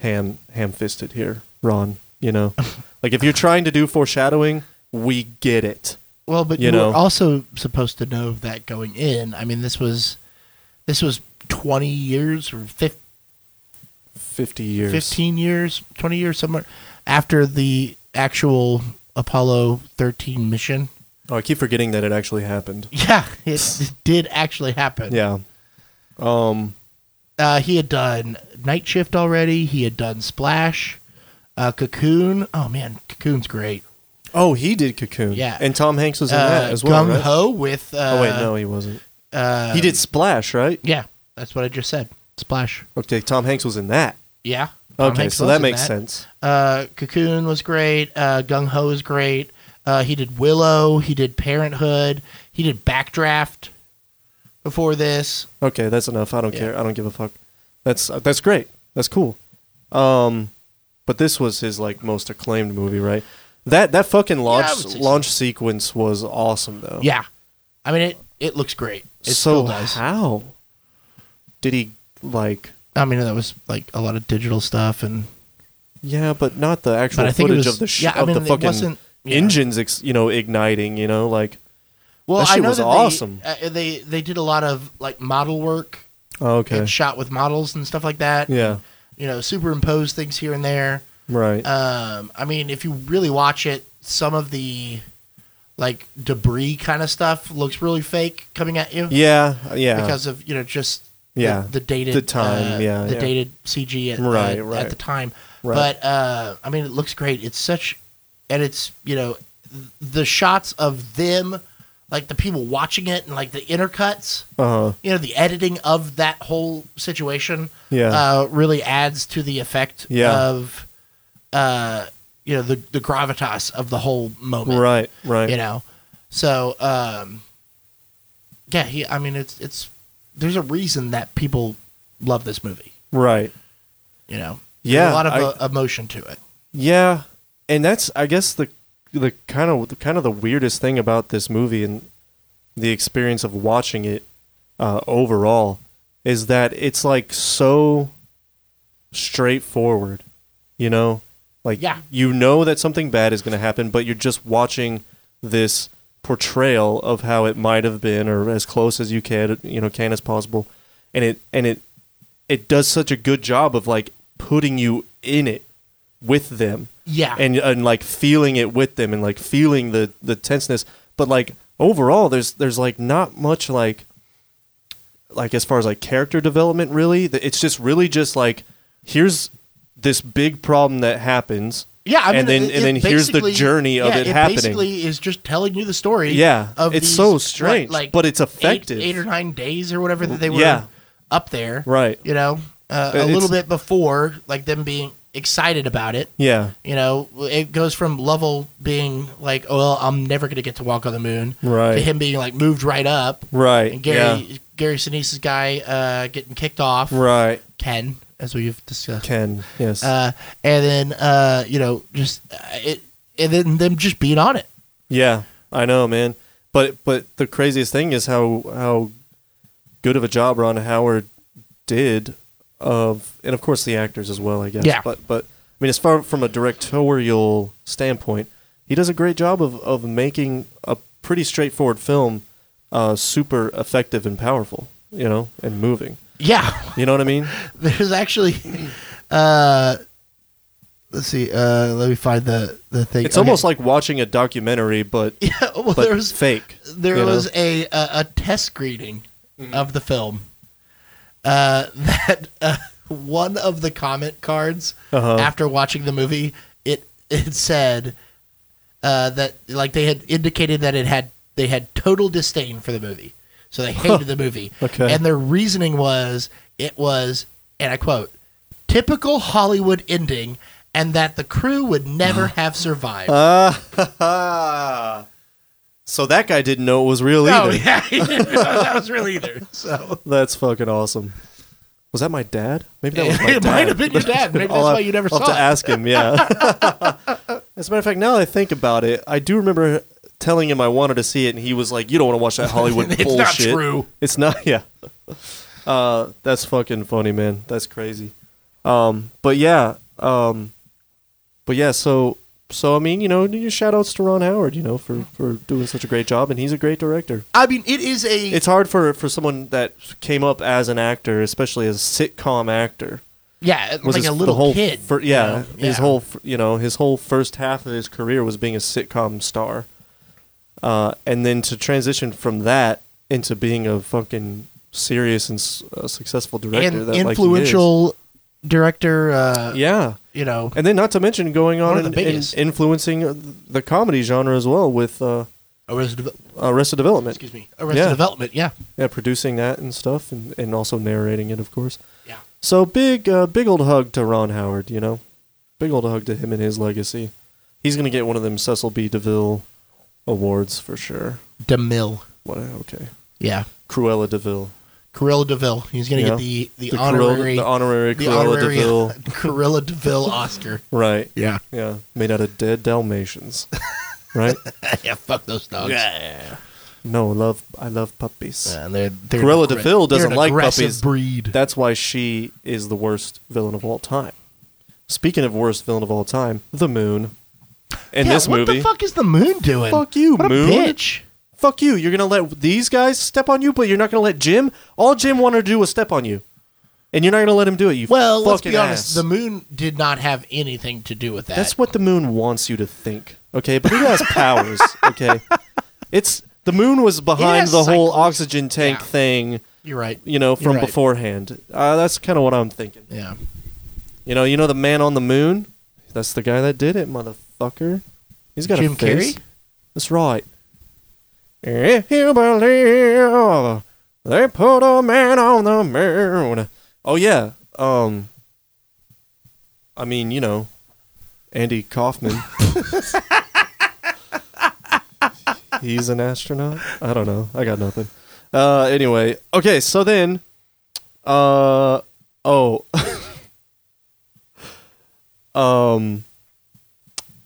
A: ham ham fisted here, Ron. You know, like if you're trying to do foreshadowing, we get it.
B: Well, but
A: you
B: you,
A: know.
B: were also supposed to know that going in. I mean, this was this was 20 years or 15.
A: Fifty years.
B: 15 years, 20 years, somewhere after the actual Apollo 13 mission.
A: Oh, I keep forgetting that it actually happened.
B: Yeah, it, it did actually happen.
A: Yeah. Um.
B: Uh, he had done Night Shift already. He had done Splash, uh, Cocoon. Oh, man, Cocoon's great.
A: Oh, he did Cocoon.
B: Yeah.
A: And Tom Hanks was in that
B: Uh,
A: as well.
B: Gung
A: right?
B: Ho with. Uh,
A: Oh wait, no, he wasn't.
B: Uh,
A: he did Splash, right?
B: Yeah, that's what I just said. Splash.
A: Okay, Tom Hanks was in that.
B: Yeah. Tom
A: Okay,
B: Hanks
A: so
B: was
A: that
B: in
A: makes sense.
B: Uh, Cocoon was great. Uh, Gung Ho was great. Uh, he did Willow. He did Parenthood. He did Backdraft before this.
A: Okay, that's enough. I don't
B: Yeah.
A: care. I don't give a fuck. That's uh, that's great. That's cool. Um, but this was his like most acclaimed movie, right? That that fucking launch
B: I would say so.
A: launch sequence was awesome though.
B: Yeah. I mean, it, it looks great. It
A: Oh. so
B: still does.
A: how did he like?
B: I mean, that was like a lot of digital stuff. And
A: Yeah, but not the actual
B: But I think it
A: footage
B: was-
A: of the sh-
B: yeah, I
A: of
B: mean,
A: the
B: it
A: fucking
B: wasn't- yeah.
A: engines, ex- you know, igniting. You know, like
B: well,
A: That shit
B: I know
A: was
B: that
A: awesome.
B: They, uh, they they did a lot of like model work
A: oh, okay,
B: and shot with models and stuff like that.
A: yeah,
B: You know, superimpose things here and there.
A: right.
B: Um, I mean, if you really watch it, some of the like debris kind of stuff looks really fake coming at you
A: yeah, yeah.
B: because of you know just the-
A: Yeah.
B: the, dated
A: The time,
B: uh,
A: yeah,
B: the
A: yeah.
B: dated CG at,
A: Right,
B: at,
A: right.
B: at the time.
A: Right.
B: But uh, I mean, it looks great. It's such, and it's you know th- the shots of them, like the people watching it, and like the intercuts
A: uh huh.
B: you know the editing of that whole situation
A: Yeah.
B: uh, really adds to the effect
A: Yeah.
B: of uh, you know the the gravitas of the whole moment
A: Right, right.
B: you know so um yeah he i mean it's it's there's a reason that people love this movie
A: Right.
B: you know There's
A: Yeah,
B: a lot of
A: I-
B: uh, emotion to it
A: Yeah, and that's I guess the the kind of the kind of the weirdest thing about this movie and the experience of watching it uh, overall is that it's like so straightforward, you know, like
B: Yeah.
A: you know that something bad is going to happen, but you're just watching this portrayal of how it might have been or as close as you can, you know, can as possible, and it and it it does such a good job of like putting you in it with them
B: yeah
A: and and like feeling it with them and like feeling the the tenseness but like overall there's there's like not much like like as far as like character development really Th- it's just really just like here's this big problem that happens
B: yeah, I mean,
A: and then
B: it-
A: and then
B: it
A: here's the
B: basically-
A: journey of
B: yeah,
A: it, happening
B: Basically, is just telling you the story.
A: Yeah,
B: of
A: it's
B: these,
A: so
B: what,
A: strange, but it's
B: eight-
A: effective.
B: Eight, or nine days or whatever that they were
A: Yeah.
B: up there,
A: Right.
B: You know, uh,
A: Uh,
B: a
A: it's-
B: little bit before, like them being excited about it.
A: yeah
B: You know, it goes from Lovell being like, "Oh, well, I'm never going to get to walk on the moon,"
A: Right.
B: to him being like moved right up,
A: right
B: and Gary Gary Sinise's guy uh, getting kicked off,
A: yeah. right
B: Ken, as we've discussed,
A: ken yes
B: uh, and then uh, you know, just uh, it, and then them just being on it.
A: Yeah, I know, man. But but the craziest thing is how how good of a job Ron Howard did of, and of course the actors as well, I guess.
B: Yeah.
A: But but I mean, as far from a directorial standpoint, he does a great job of of making a pretty straightforward film uh, super effective and powerful. You know, and moving.
B: Yeah,
A: You know what I mean?
B: there's actually. Uh, let's see. Uh, let me find the the thing.
A: It's almost like watching a documentary, but
B: yeah. Well,
A: but
B: there was
A: fake.
B: there
A: you know?
B: was a, a a test screening of the film. Uh, that uh, one of the comment cards
A: Uh-huh.
B: after watching the movie, it it said uh, that like they had indicated that it had they had total disdain for the movie, so they hated the movie.
A: Okay.
B: and their reasoning was it was, and I quote, "typical Hollywood ending," and that the crew would never have survived.
A: Uh, Ah, so that guy didn't know it was real
B: oh
A: either.
B: yeah, he didn't know that was real either. So.
A: That's fucking awesome. Was that my dad? Maybe that was my
B: it
A: dad.
B: might have been your dad. Maybe that's
A: I'll
B: why
A: have-
B: you never
A: I'll
B: saw
A: have
B: it.
A: to ask him. Yeah. As a matter of fact, now that I think about it, I do remember telling him I wanted to see it, and he was like, "You don't want to watch that Hollywood
B: It's not
A: bullshit."
B: true.
A: It's not. Yeah. Uh, that's fucking funny, man. That's crazy. Um, but yeah. Um, but yeah. So so I mean, you know, your shout outs to Ron Howard, you know, for for doing such a great job, and he's a great director
B: I mean, it is a.
A: it's hard for for someone that came up as an actor, especially as a sitcom actor.
B: yeah, like
A: his-
B: a little
A: the whole
B: kid.
A: fir-
B: you
A: yeah,
B: know?
A: his
B: Yeah.
A: whole f- you know his whole first half of his career was being a sitcom star, uh, and then to transition from that into being a fucking serious and s- uh, successful director,
B: In-
A: that, Like
B: influential director. Uh,
A: he is. yeah.
B: you know,
A: And then, not to mention, going
B: One
A: on
B: of the
A: and, and
B: biggest.
A: influencing uh, the comedy genre as well with uh,
B: Arrested, Deve-
A: Arrested Development.
B: excuse me, Arrested
A: Yeah.
B: Development. Yeah,
A: Yeah, producing that and stuff, and, and also narrating it, of course.
B: yeah.
A: So big, uh, big old hug to Ron Howard. You know, big old hug to him and his legacy. He's gonna get one of them Cecil B. DeVille awards for sure.
B: DeMille.
A: What? Okay,
B: Yeah,
A: Cruella DeVille.
B: Cruella Deville. He's gonna
A: Yeah.
B: get the the,
A: The Cruella-
B: honorary
A: the honorary
B: the
A: Cruella
B: honorary
A: Deville.
B: Cruella Deville Oscar.
A: Right.
B: Yeah,
A: Yeah. Made out of dead Dalmatians. right.
B: yeah. Fuck those dogs. Yeah,
A: No, love. I love puppies.
B: and they're, they're
A: Cruella
B: de
A: DeVille doesn't like
B: aggressive
A: puppies.
B: Breed.
A: That's why she is the worst villain of all time. Speaking of worst villain of all time, the moon. In
B: yeah,
A: this
B: what
A: movie,
B: the fuck is the moon doing?
A: Fuck you,
B: what
A: moon.
B: A bitch.
A: fuck you. You're gonna let these guys step on you, but you're not gonna let Jim. All Jim wanted to do was step on you, and you're not gonna let him do it. You
B: Well, let's
A: fucking
B: be honest.
A: ass.
B: The moon did not have anything to do with that.
A: That's what the moon wants you to think, okay? But it has powers, okay? It's the moon was behind
B: has
A: the whole
B: cycles.
A: oxygen tank
B: Yeah.
A: thing,
B: You're right.
A: you know,
B: You're
A: from
B: right.
A: beforehand. Uh, that's kind of what I'm thinking.
B: Yeah.
A: You know, you know the man on the moon. That's the guy that did it, motherfucker. He's got a
B: Jim
A: face.
B: Carrey?
A: That's right. If you believe they put a man on the moon. Oh yeah. Um. I mean, you know, Andy Kaufman. He's an astronaut. I don't know. I got nothing. Uh. Anyway. Okay. So then. Uh. Oh. um.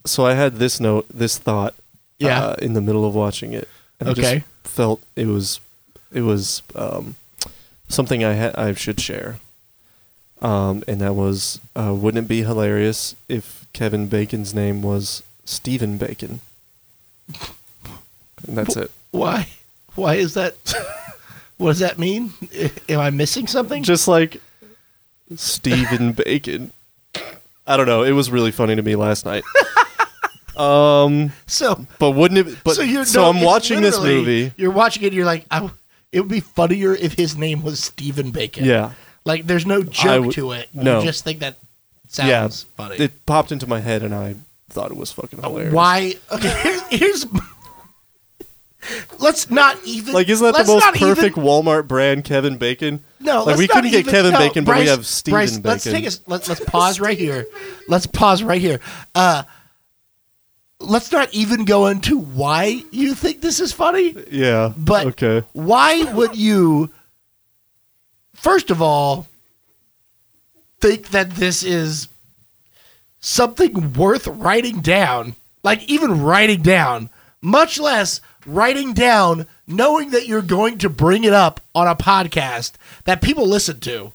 A: So I had this note, this thought
B: Yeah.
A: uh, in the middle of watching it. And I
B: Okay.
A: just felt it was it was um, something I ha- I should share. Um, and that was uh, wouldn't it be hilarious if Kevin Bacon's name was Stephen Bacon? And that's it.
B: Why? Why is that? what does that mean? I- Am I missing something?
A: Just like Stephen Bacon. I don't know. It was really funny to me last night.
B: so,
A: But wouldn't it? But so,
B: so you're no,
A: I'm
B: it's
A: watching this
B: literally-
A: movie.
B: You're watching it. You're like, I w it would be funnier if his name was Stephen Bacon.
A: Yeah.
B: Like, there's no joke
A: would-
B: to it.
A: no.
B: You just think that
A: Yeah.
B: sounds funny. Oh,
A: It popped into my head, and I thought it was fucking hilarious.
B: Why? Okay. Here's. here's let's not even.
A: Like, isn't that
B: let's
A: the most
B: not even-
A: perfect Walmart brand, Kevin Bacon?
B: No,
A: like
B: let's
A: we
B: not
A: couldn't
B: even-
A: get Kevin
B: no,
A: Bacon, but we
B: Bryce-
A: have Stephen
B: Bryce,
A: Bacon.
B: Let's take a let's let's pause right here. Let's pause right here. Uh, let's not even go into why you think this is funny,
A: yeah,
B: but
A: okay,
B: why would you? First of all, think that this is something worth writing down, like even writing down, much less writing down knowing that you're going to bring it up on a podcast that people listen to.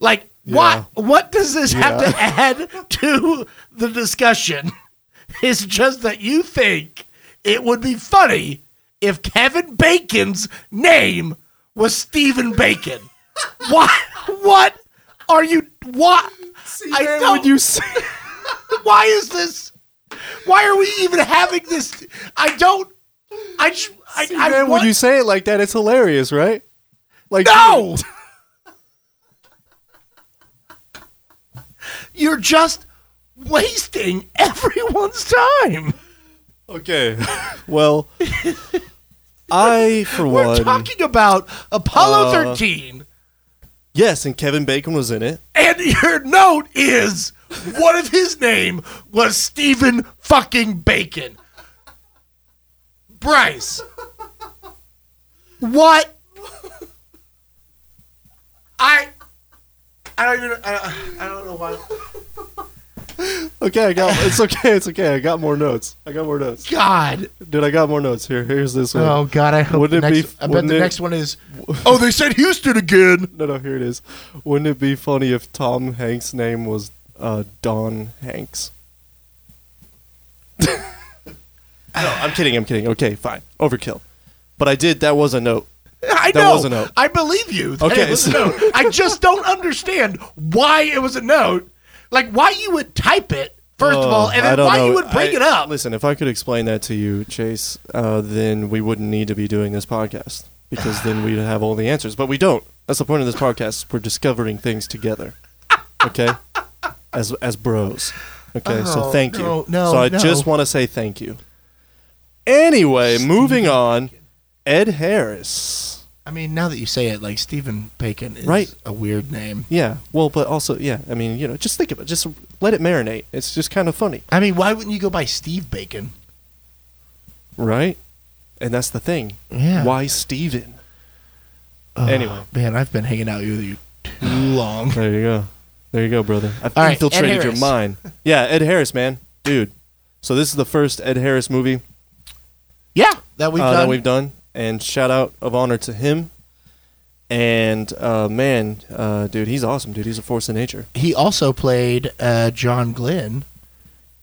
B: Like
A: Yeah.
B: What what does this have to add to the discussion? It's just that you think it would be funny if Kevin Bacon's name was Stephen Bacon. what what are you what I don't,
A: you say?
B: why is this why are we even having this I don't I just I, I
A: man,
B: want-
A: when you say it like that, it's hilarious, right? Like
B: No! You're just wasting everyone's time.
A: Okay. Well, I for
B: We're
A: one,
B: talking about Apollo
A: Uh,
B: 13,
A: yes, and Kevin Bacon was in it.
B: and your note is what if his name was Stephen fucking Bacon? Bryce. What? I. I don't even. I, I don't know why.
A: Okay, I got. It's okay. It's okay. I got more notes. I got more notes,
B: God.
A: dude. I got more notes here. Here's this one.
B: Oh God, I hope
A: Wouldn't
B: the
A: it be-
B: next, I bet
A: wouldn't
B: the
A: it-
B: next one is. Oh, they said Houston again.
A: No, no. Here it is. Wouldn't it be funny if Tom Hanks' name was uh, Don Hanks? no, I'm kidding. I'm kidding. Okay, fine. Overkill. But I did. That was a note.
B: I
A: That
B: know.
A: was a note.
B: I believe you. that
A: Okay,
B: it was a
A: so-
B: note. I just don't understand why it was a note. Like why you would type it first of
A: Oh,
B: all, and
A: I
B: then
A: don't
B: why you
A: know.
B: would bring
A: I-
B: it up.
A: Listen, if I could explain that to you, Chase, uh, then we wouldn't need to be doing this podcast because then we'd have all the answers. But we don't. That's the point of this podcast. We're discovering things together. Okay, as as bros. Okay, so
B: Oh,
A: thank you.
B: no, no,
A: so I
B: no.
A: just want to say thank you. Anyway, moving on. Ed Harris.
B: I mean, now that you say it, like Stephen Bacon is
A: Right.
B: a weird name.
A: Yeah. Well, but also, yeah. I mean, you know, just think of it. Just let it marinate. It's just kind of funny.
B: I mean, why wouldn't you go by Steve Bacon?
A: Right? And that's the thing.
B: Yeah.
A: Why Steven?
B: Oh,
A: Anyway.
B: man, I've been hanging out with you too long.
A: There you go. There you go, brother. I've
B: All right, Ed
A: infiltrated your
B: Harris.
A: mind. Yeah, Ed Harris, man. Dude. So this is the first Ed Harris movie
B: yeah, that we've
A: uh,
B: done.
A: that we've done. And shout out of honor to him. And uh, man, uh, dude, he's awesome, dude. He's a force of nature.
B: he also played uh, John Glenn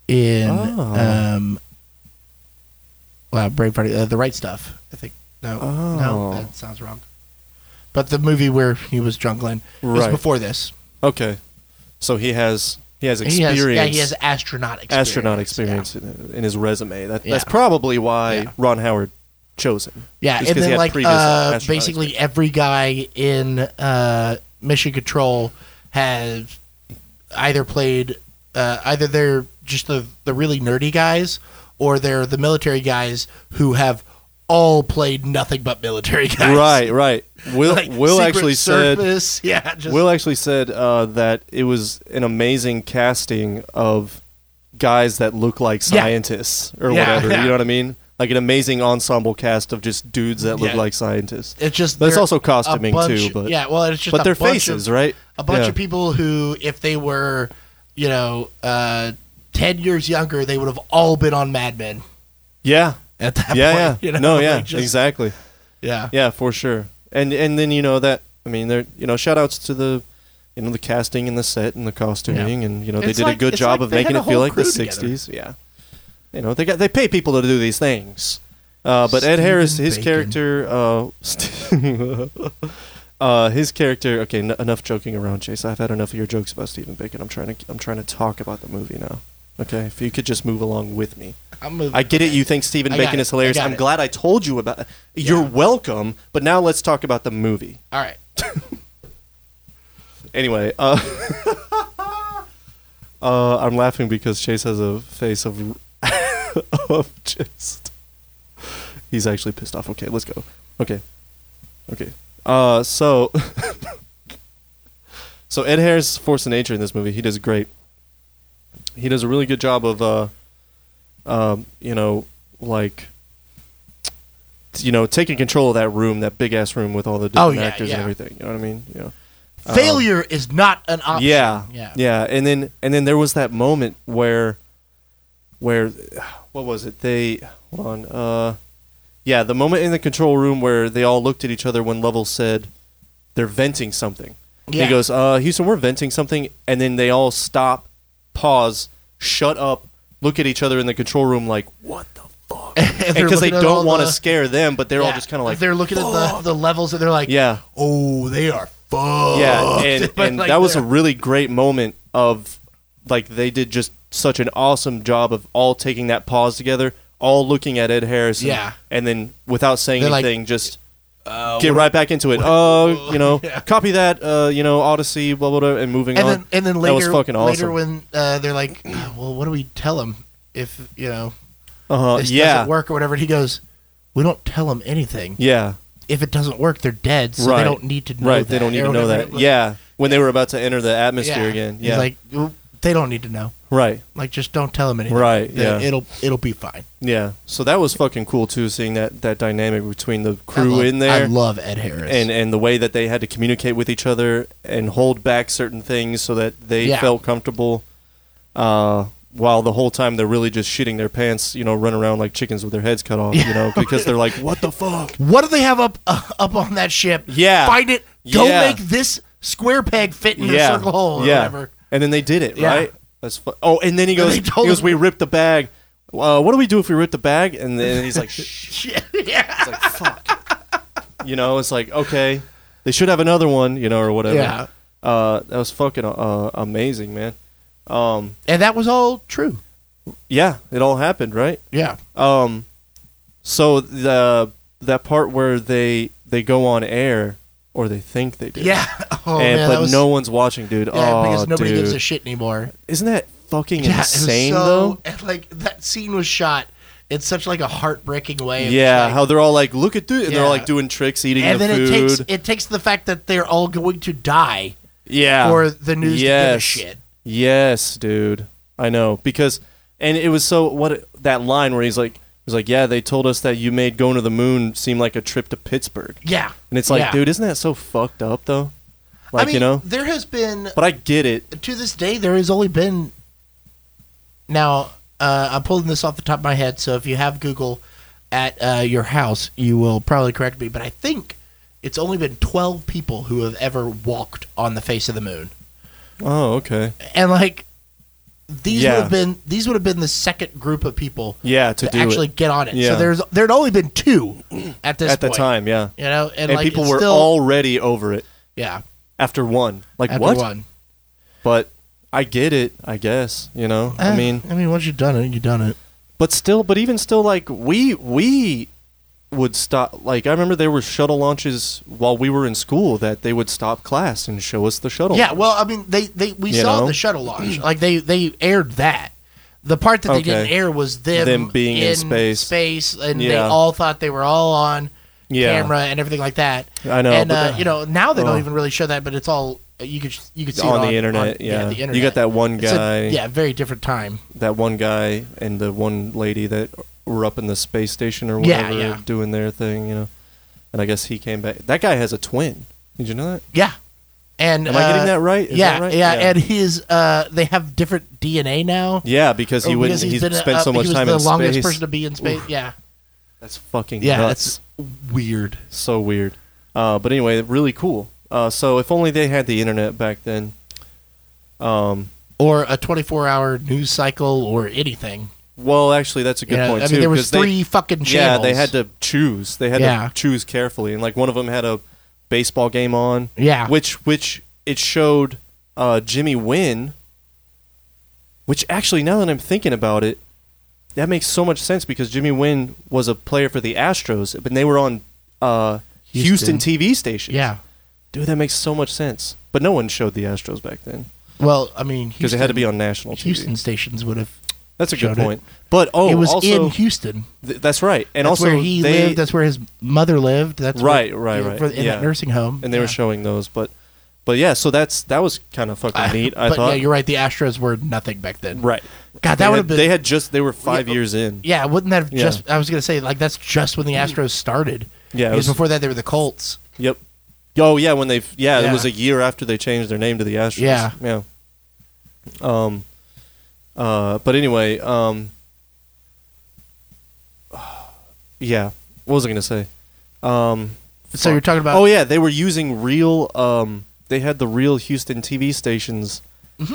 B: in
A: Oh.
B: um, well, Brave Party, uh, the right stuff. I think no, no,
A: Oh.
B: that sounds wrong. But the movie where he was John Glenn it was
A: Right.
B: before this.
A: Okay. So he has he has
B: He
A: experience.
B: has, yeah, he has astronaut experience.
A: astronaut
B: yeah.
A: experience in, in his resume. That, That's
B: Yeah.
A: probably why
B: Yeah.
A: Ron Howard chose him. Just
B: Yeah,
A: 'cause
B: and
A: he
B: then
A: had
B: like
A: previous
B: uh,
A: astronaut
B: basically every guy in uh, Mission Control has either played uh, either they're just the the really nerdy guys or they're the military guys who have all played nothing but military guys.
A: Right, right. Will
B: Like,
A: Will
B: Secret
A: actually said
B: Service. yeah, just,
A: Will actually said uh, that it was an amazing casting of guys that look like
B: Yeah.
A: scientists or
B: Yeah,
A: whatever.
B: yeah.
A: You know what I mean? Like an amazing ensemble cast of just dudes that look
B: Yeah.
A: like scientists.
B: it's just
A: But it's
B: they're
A: also
B: a
A: costuming
B: bunch-
A: too, but-
B: yeah, well, it's just
A: But
B: a
A: their
B: bunch
A: faces,
B: of,
A: right?
B: a bunch
A: Yeah.
B: of people who, if they were, you know, uh, ten years younger, they would have all been on Mad Men.
A: Yeah.
B: at that
A: Yeah,
B: point.
A: yeah.
B: You know,
A: no,
B: like,
A: yeah.
B: just-
A: exactly.
B: Yeah.
A: Yeah, for sure. And and then you know that I mean there you know shout outs to the you know the casting and the set and the costuming and you know they
B: It's
A: did
B: like-
A: a good
B: it's
A: job
B: like
A: of
B: they
A: making
B: had a
A: it feel
B: whole
A: like the
B: crew together.
A: 60s. Yeah. You know, they got they pay people to do these things. Uh, but Ed Harris
B: Stephen
A: his
B: Bacon.
A: character uh, st- uh his character okay, n- enough joking around Chase. I've had enough of your jokes about Stephen Bacon. I'm trying to I'm trying to talk about the movie now. Okay, if you could just move along with me.
B: I'm a,
A: I get it. You think Stephen
B: I got
A: Bacon
B: it,
A: is hilarious.
B: I got
A: I'm
B: it.
A: glad I told you about. You're welcome. But now let's talk about the movie.
B: all right.
A: Anyway, uh, uh, I'm laughing because Chase has a face of of just. He's actually pissed off. Okay, let's go. Okay, okay. Uh, so, so Ed Harris, force of nature in this movie, he does great. He does a really good job of, uh, um, you know, like, you know, taking control of that room, that big ass room with all the
B: Oh,
A: different
B: yeah,
A: actors
B: yeah.
A: and everything. You know what I mean? You know.
B: Failure is not an option.
A: Um, Yeah,
B: Yeah.
A: And then and then there was that moment where, where, what was it? They hold on. Uh, yeah, the moment in the control room where they all looked at each other when Lovell said, "They're venting something,"
B: Yeah.
A: He goes, uh, Houston, we're venting something. And then they all stop, pause, shut up, look at each other in the control room like, what the fuck? Because they don't want to scare them, but they're all
B: Yeah,
A: just kind of like,
B: they're looking at the, the levels and they're like,
A: yeah.
B: oh, they are fucked.
A: Yeah, and,
B: But,
A: and
B: like,
A: that was a
B: they're-
A: really great moment of like they did just such an awesome job of all taking that pause together, all looking at Ed Harrison,
B: Yeah.
A: and then without saying
B: They're like, uh,
A: anything, just get right back into it. Oh, you know, copy that. Uh, you know, Odyssey, blah blah blah, and moving
B: and
A: on.
B: then and then
A: that
B: later,
A: was fucking
B: later
A: awesome.
B: when uh, they're like, well, what do we tell them if you know
A: uh-huh.
B: this
A: Yeah,
B: doesn't work or whatever? And he goes, we don't tell them anything.
A: yeah,
B: If it doesn't work, they're dead, so
A: Right.
B: they don't need to know.
A: right.
B: that,
A: They don't need
B: or
A: to know
B: whatever.
A: that.
B: Like,
A: yeah, when they were about to enter the atmosphere again.
B: He's
A: Yeah,
B: like "Well, they don't need to know.
A: right.
B: Like, just don't tell them anything.
A: Right,
B: They-
A: yeah.
B: It'll it'll be fine.
A: Yeah, so that was fucking cool too, seeing that that dynamic between the crew
B: I love,
A: in there.
B: I love Ed Harris.
A: and and the way that they had to communicate with each other and hold back certain things so that they
B: Yeah.
A: felt comfortable uh while the whole time they're really just shitting their pants, you know, run around like chickens with their heads cut off, you know, because they're like, "What the fuck?"
B: What do they have up uh, up on that ship?
A: Yeah.
B: find it. Go
A: Yeah.
B: make this square peg fit in the circle hole or
A: yeah.
B: whatever.
A: And then they did it,
B: Yeah.
A: right? That's fu- oh, and then he
B: And
A: goes,
B: they told
A: he goes,
B: him-
A: "We ripped the bag." Uh, what do we do if we rip the bag? And then he's like, "Shh,"
B: yeah,
A: it's like, "Fuck," you know. It's like, okay, they should have another one, you know, or whatever.
B: yeah.
A: Uh, that was fucking uh, amazing, man. Um,
B: And that was all true.
A: yeah, it all happened, right?
B: Yeah,
A: Um, so the that part where they they go on air, or they think they do,
B: yeah. Oh
A: and
B: man,
A: but
B: that was,
A: no one's watching, dude.
B: yeah,
A: oh,
B: because nobody
A: dude.
B: gives a shit anymore.
A: Isn't that fucking
B: Yeah, it was
A: insane
B: so-
A: though?
B: and, like that scene was shot in such like a heartbreaking way. It was
A: Yeah,
B: like-
A: how they're all like, look at dude, and they're
B: Yeah.
A: all like doing tricks, eating
B: and
A: the
B: then
A: food.
B: it takes it takes the fact that they're all going to die
A: yeah,
B: for the news to give a
A: Yes.
B: shit.
A: Yes, dude. I know because, and it was so what that line where he's like, he's like, yeah, they told us that you made going to the moon seem like a trip to Pittsburgh,
B: Yeah,
A: and it's like,
B: Yeah.
A: dude, isn't that so fucked up though? Like
B: I mean,
A: you know,
B: there has been
A: but I get it.
B: to this day, there has only been. Now, uh, I'm pulling this off the top of my head, so if you have Google at uh, your house, you will probably correct me, but I think it's only been 12 people who have ever walked on the face of the moon.
A: Oh, okay.
B: And, like, these
A: Yeah.
B: would have been these would have been the second group of people
A: Yeah, to,
B: to,
A: do
B: actually
A: it
B: get on it.
A: Yeah.
B: So there's there had only been two at this
A: at the
B: point,
A: time, yeah,
B: you know, and,
A: and
B: like,
A: people
B: it's
A: were
B: still-
A: already over it
B: yeah
A: after one. Like
B: after
A: what?
B: one.
A: But I get it. I guess you know. I
B: Eh,
A: mean,
B: I mean, once you've done it, you've done it.
A: but still but even still like we we would stop like i remember there were shuttle launches while we were in school that they would stop class and show us the shuttle
B: Yeah, well, I mean, they, they we
A: You
B: saw
A: know?
B: the shuttle launch. Like they they aired that. The part that they didn't
A: Okay.
B: air was them,
A: Them being in space.
B: space, and they
A: Yeah.
B: all thought they were all on
A: Yeah.
B: camera and everything like that.
A: I know,
B: and
A: but
B: uh,
A: the-
B: you know now they
A: Oh.
B: don't even really show that, but it's all you could you could see
A: on
B: it
A: the
B: on
A: internet
B: on-
A: yeah.
B: the internet.
A: you got that one
B: It's a-
A: guy
B: yeah, very different time.
A: that one guy and the one lady that were up in the space station or
B: Yeah,
A: whatever
B: yeah.
A: doing their thing you know and i guess he came back that guy has a twin did you know that
B: Yeah, and
A: am i
B: uh,
A: getting that right Is
B: yeah,
A: that right?
B: yeah, and his uh, they have different DNA now.
A: yeah because he
B: Or
A: wouldn't
B: Oh, because
A: he
B: been
A: spent
B: up-
A: so much
B: he was
A: time
B: the
A: in
B: longest
A: space
B: person to be in space. Yeah,
A: that's fucking
B: yeah,
A: nuts.
B: that's weird.
A: So weird. Uh, but anyway, really cool. Uh, so if only they had the internet back then. Um,
B: or a 24 hour news cycle or anything.
A: well, actually, that's a good
B: You know,
A: point
B: I
A: too.
B: mean, there was
A: 'cause
B: three fucking
A: They, yeah,
B: channels.
A: they had to choose. They had
B: Yeah.
A: to choose carefully, and like one of them had a baseball game on,
B: Yeah.
A: which which it showed uh, Jimmy Wynn. Which actually, now that I'm thinking about it, that makes so much sense because Jimmy Wynn was a player for the Astros, but they were on uh,
B: Houston.
A: Houston. TV stations.
B: yeah.
A: Dude, that makes so much sense. But no one showed the Astros back then
B: Well, I mean,
A: because it had to be on national TV.
B: Houston stations would have.
A: That's a
B: showed
A: good
B: it.
A: point. But oh,
B: it was
A: also
B: in Houston.
A: th- that's right. And
B: That's
A: also
B: where he
A: they
B: lived. That's where his mother lived. That's where-
A: Right, right,
B: yeah,
A: right,
B: for- in
A: yeah.
B: that nursing home.
A: and they were
B: Yeah.
A: showing those, but but yeah, so that's that was kind of fucking neat. I
B: but
A: thought
B: yeah, you're right. The Astros were nothing back then.
A: right.
B: God,
A: They
B: that would have
A: had,
B: been.
A: they had just they were five
B: Yeah.
A: years in.
B: yeah, wouldn't that have
A: Yeah. Mm.
B: just? I was gonna say like that's just when the Astros started.
A: Yeah, it
B: because
A: was-
B: before that they were the Colts.
A: Yep. Oh yeah, when they yeah,
B: Yeah.
A: it was a year after they changed their name to the Astros.
B: Yeah.
A: yeah. Um, uh, but anyway, um, yeah. What was I gonna say? Um,
B: So you're talking about
A: oh yeah, they were using real um they had the real Houston TV stations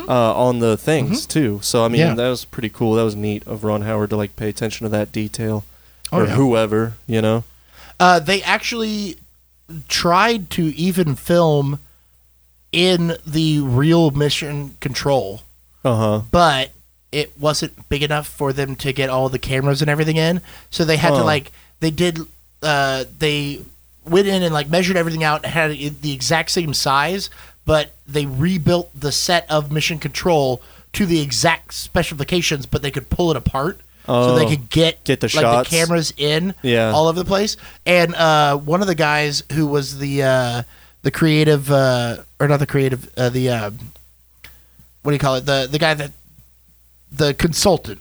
A: uh, on the things too. So I mean,
B: Mm-hmm. Yeah.
A: that was pretty cool. That was neat of Ron Howard to like pay attention to that detail,
B: Oh,
A: or
B: yeah.
A: whoever you know.
B: Uh, they actually tried to even film in the real mission control,
A: Uh huh.
B: but it wasn't big enough for them to get all the cameras and everything in. So they had to
A: Huh.
B: like they did. Uh, they went in and like measured everything out and had it the exact same size, but they rebuilt the set of mission control to the exact specifications, but they could pull it apart. So they
A: Oh.
B: could get
A: Get the
B: like
A: shots.
B: the cameras in
A: Yeah.
B: all over the place. And uh, one of the guys who was the uh, the creative uh, or not the creative uh, the uh, what do you call it the the guy that the consultant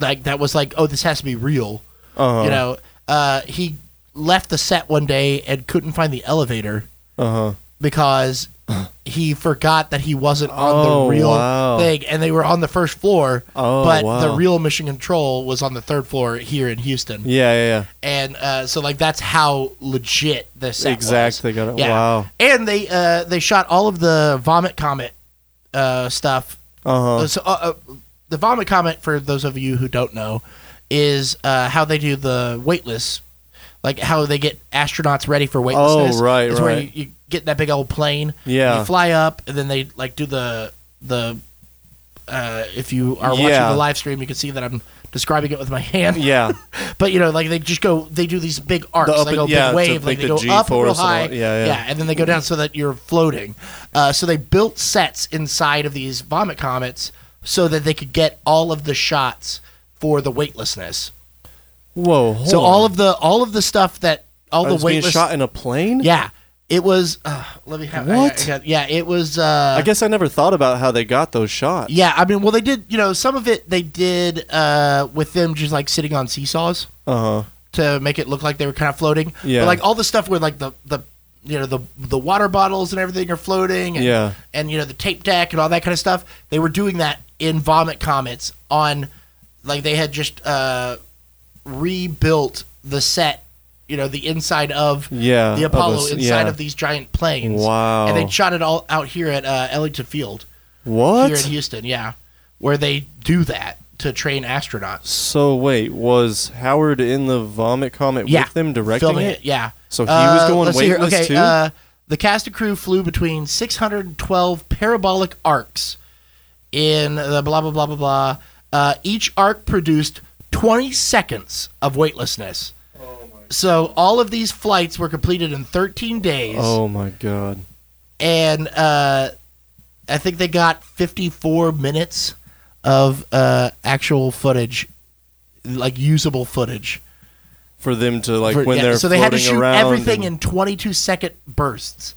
B: like that was like oh this has to be real
A: Uh-huh.
B: you know uh, he left the set one day and couldn't find the elevator
A: Uh huh.
B: because he forgot that he wasn't on
A: Oh,
B: the real
A: wow.
B: thing and they were on the first floor
A: Oh,
B: but the
A: wow.
B: real mission control was on the third floor here in houston
A: Yeah, yeah, yeah.
B: and uh, so like that's how legit this set was.
A: Exactly, got it. Wow.
B: and they uh, they shot all of the vomit comet uh, stuff
A: Uh huh.
B: so, uh, uh, the vomit comment for those of you who don't know is uh, how they do the weightless, like how they get astronauts ready for weightlessness.
A: Oh, right,
B: It's where you,
A: right.
B: you get in that big old plane.
A: Yeah.
B: You fly up, and then they like do the the. Uh, if you are watching
A: Yeah.
B: the live stream, you can see that I'm describing it with my hand.
A: Yeah.
B: But you know, like they just go, they do these big arcs,
A: The up
B: like a
A: and- yeah,
B: big
A: to
B: wave, like
A: make
B: they go
A: the
B: up real
A: G-force and all-
B: high,
A: yeah, yeah.
B: and then they go down so that you're floating. Uh, so they built sets inside of these vomit comets so that they could get all of the shots for the weightlessness.
A: Whoa. Hold
B: So
A: on.
B: all of the all of the stuff that all
A: I
B: the
A: was Oh, being
B: weightless,
A: shot in a plane.
B: yeah, it was. Uh, let me have I- I-
A: What?
B: I- yeah, it was. Uh,
A: I guess I never thought about how they got those shots.
B: yeah, I mean, well, they did. You know, some of it they did uh, with them just like sitting on seesaws.
A: Uh huh.
B: to make it look like they were kind of floating.
A: Yeah.
B: But like all the stuff where like the the you know the the water bottles and everything are floating. And,
A: Yeah.
B: And you know the tape deck and all that kind of stuff. They were doing that in Vomit Comets on, like they had just uh, rebuilt the set. You know the inside of
A: Yeah,
B: the
A: of
B: Apollo
A: us-
B: inside
A: yeah.
B: of these giant planes.
A: Wow.
B: And they shot it all out here at uh, Ellington Field here in
A: What?
B: Houston. Yeah, where they do that to train astronauts.
A: So wait, was Howard in the vomit comet
B: yeah,
A: with them directing
B: filming
A: it?
B: Yeah. Uh,
A: So he was going
B: let's see here.
A: weightless too?
B: Uh, the cast and crew flew between 612 parabolic arcs in the blah blah blah blah blah. Uh, each arc produced 20 seconds of weightlessness.
A: Oh
B: So all of these flights were completed in 13 days,
A: Oh my god.
B: and uh, I think they got 54 minutes of uh, actual footage, like usable footage.
A: For them to like
B: For-
A: when
B: yeah,
A: they're
B: so they had to
A: floating
B: shoot
A: around
B: everything
A: and-
B: in 22 second bursts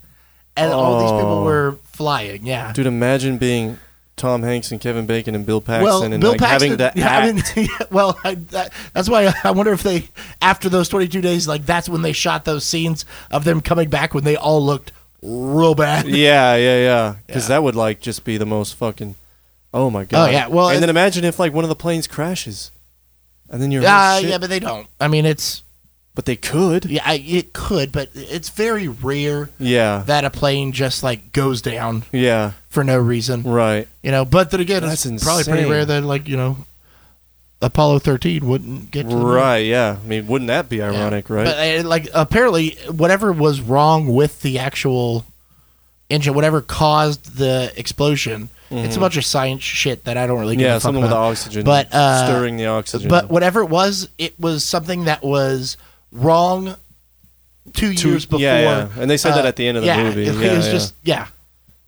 B: and all these people
A: Oh.
B: were flying yeah
A: Dude, imagine being Tom Hanks and Kevin Bacon and Bill Paxton
B: well
A: and
B: bill
A: like having
B: paxton
A: that
B: yeah,
A: act.
B: I mean, yeah, well I, that, that's why i wonder if they after those 22 days like that's when they shot those scenes of them coming back when they all looked real bad
A: yeah, yeah, yeah. Because
B: Yeah.
A: that would like just be the most fucking. Oh my god.
B: yeah, well,
A: and
B: it-
A: then imagine if like one of the planes crashes, and then you're.
B: Uh,
A: "Oh, shit."
B: yeah but they don't i mean it's
A: But they could.
B: yeah I, it could but it's very rare
A: Yeah.
B: that a plane just like goes down
A: yeah.
B: for no reason
A: Right.
B: You know, but then again, it's
A: That's
B: probably pretty
A: insane.
B: rare that like you know, Apollo thirteen wouldn't get to the moon.
A: Right. Yeah. I mean, wouldn't that be
B: Yeah.
A: ironic? Right.
B: But uh, like apparently, whatever was wrong with the actual engine, whatever caused the explosion, it's a bunch of science shit that I don't really give
A: Mm-hmm. yeah.
B: a fuck
A: Something with the
B: about.
A: oxygen.
B: But, uh,
A: stirring the oxygen.
B: But whatever it was, it was something that was wrong two,
A: Two-
B: years before. uh,
A: yeah, yeah. And they said that at the end of the
B: yeah,
A: movie.
B: It,
A: Yeah,
B: was
A: yeah.
B: just yeah,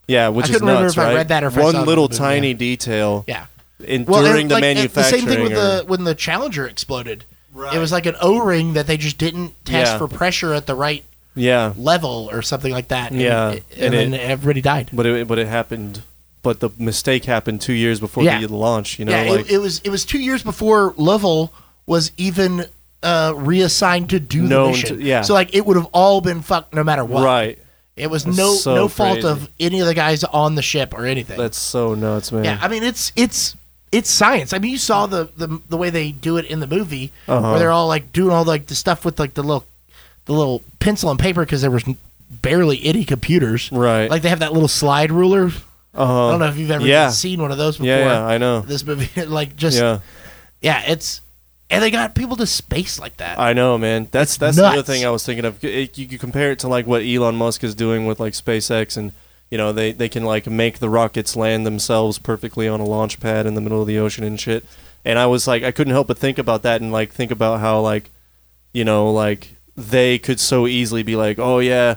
A: yeah, which is
B: couldn't remember
A: nuts,
B: if I
A: right?
B: read that or if I
A: One
B: saw it in the
A: little
B: movie,
A: tiny
B: yeah.
A: detail.
B: yeah.
A: In,
B: Well,
A: during
B: and,
A: the
B: like, it- the
A: manufacturing.
B: same thing with
A: or-
B: the when the Challenger exploded. It
A: Right.
B: was like an O-ring that they just didn't test
A: Yeah.
B: for pressure at the right
A: yeah.
B: level or something like that. And
A: Yeah,
B: it- and,
A: and
B: then
A: it-
B: everybody died.
A: But it but it happened. But the mistake happened two years before
B: Yeah.
A: the launch. You know,
B: yeah,
A: like
B: it, it was it was two years before Lovell was even uh, reassigned to do the
A: Known
B: mission.
A: to- yeah.
B: so like it would have all been fucked no matter what.
A: right.
B: It was
A: That's
B: no
A: so
B: no fault
A: crazy.
B: of any of the guys on the ship or anything.
A: That's so nuts, man.
B: Yeah, I mean it's it's it's science. I mean you saw the the, the way they do it in the movie
A: Uh-huh.
B: where they're all like doing all like the stuff with like the little the little pencil and paper because there was barely any computers.
A: Right.
B: Like they have that little slide ruler.
A: Uh-huh.
B: I don't know if you've ever
A: yeah.
B: seen one of those before.
A: Yeah, yeah, I know.
B: This movie, like just yeah.
A: yeah,
B: it's and they got people to space like that.
A: I know, man. That's that's the other
B: nuts.
A: thing I was thinking of. It, you could compare it to like what Elon Musk is doing with like SpaceX, and you know they they can like make the rockets land themselves perfectly on a launch pad in the middle of the ocean and shit. And I was like, I couldn't help but think about that and like think about how like you know, like they could so easily be like, "Oh yeah,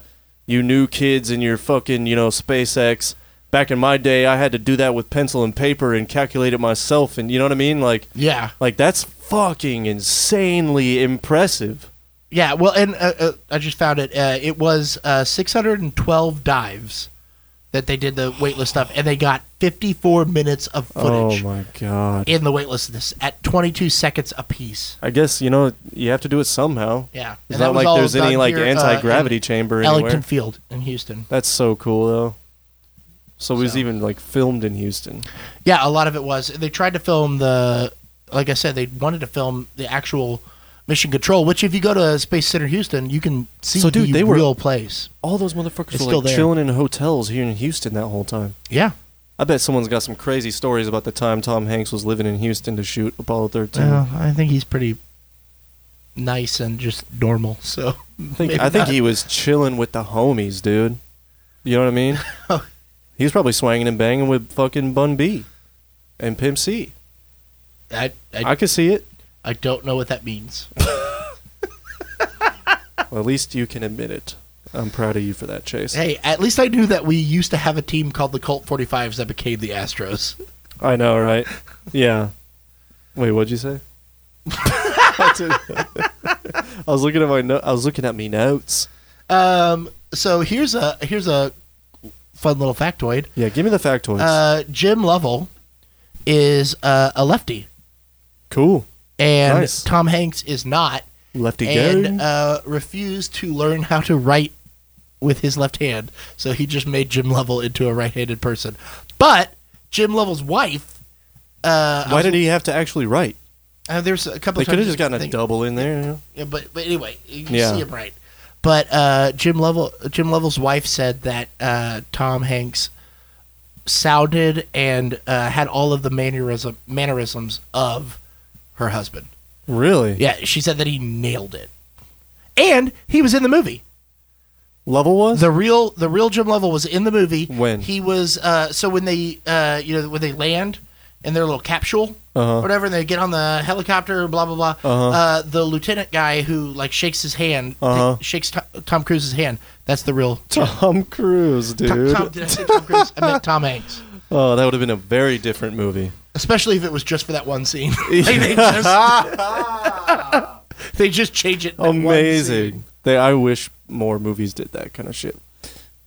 A: you new kids and your fucking, you know, SpaceX." Back in my day, I had to do that with pencil and paper and calculate it myself, and you know what I mean? Like,
B: yeah.
A: like that's fucking insanely impressive.
B: Yeah, well, and uh, uh, I just found it. Uh, it was uh, 612 dives that they did the weightless stuff, and they got 54 minutes of footage
A: Oh my god!
B: in the weightlessness at 22 seconds apiece.
A: I guess you know you have to do it somehow.
B: Yeah,
A: It's
B: and that
A: not
B: was
A: like
B: all
A: there's any
B: done
A: like
B: here, uh,
A: anti gravity
B: in
A: chamber anywhere.
B: Ellington Field in Houston.
A: That's so cool though. So it was
B: So.
A: even like filmed in Houston.
B: Yeah, a lot of it was. They tried to film the, like I said, they wanted to film the actual mission control. Which, if you go to Space Center Houston, you can see
A: So, dude,
B: the
A: they were-
B: real place.
A: All those motherfuckers
B: It's
A: were
B: still
A: like
B: there.
A: chilling in hotels here in Houston that whole time.
B: Yeah,
A: I bet someone's got some crazy stories about the time Tom Hanks was living in Houston to shoot Apollo 13.
B: well, I think he's pretty nice and just normal. So
A: I think,
B: maybe
A: I think
B: not.
A: he was chilling with the homies, dude. You know what I mean? he was probably swanging and banging with fucking Bun B and Pimp C.
B: I, I,
A: I could see it.
B: I don't know what that means.
A: Well, at least you can admit it. I'm proud of you for that, Chase.
B: hey, at least I knew that we used to have a team called the Colt 45s that became the Astros.
A: I know, right? Yeah. Wait, what'd you say? That's it. I was looking at my no- I was looking at me notes.
B: Um, so here's a here's a fun little factoid.
A: Yeah, give me the factoids.
B: Uh, Jim Lovell is uh, a lefty,
A: cool.
B: and
A: Nice.
B: Tom Hanks is not,
A: Lefty
B: and
A: go.
B: uh, refused to learn how to write with his left hand. So he just made Jim Lovell into a right-handed person. But Jim Lovell's wife. Uh, I
A: Why
B: was-
A: did he have to actually write?
B: uh, there's a couple.
A: They
B: of
A: could have
B: times
A: just gotten
B: I
A: a
B: think-
A: double in there. You know?
B: Yeah, but but anyway, you can
A: Yeah.
B: see him right. But uh, Jim Lovell, Jim Lovell's wife said that uh, Tom Hanks sounded and uh, had all of the mannerism mannerisms of her husband.
A: Really?
B: Yeah, she said that he nailed it, and he was in the movie.
A: Lovell was?
B: The real the real Jim Lovell was in the movie
A: When?
B: he was. Uh, so when they uh, you know when they land in their little capsule,
A: Uh-huh.
B: whatever, and they get on the helicopter, blah blah blah.
A: Uh-huh.
B: Uh, the lieutenant guy who like shakes his hand,
A: Uh-huh.
B: th- shakes Tom, Tom Cruise's hand. That's the real
A: Tom Cruise, dude.
B: Tom, Tom- did I say Tom Cruise? I meant Tom Hanks.
A: oh, that would have been a very different movie.
B: Especially if it was just for that one scene. Like, they, just, they just change it. in that one scene.
A: Amazing. They, I wish more movies did that kind of shit.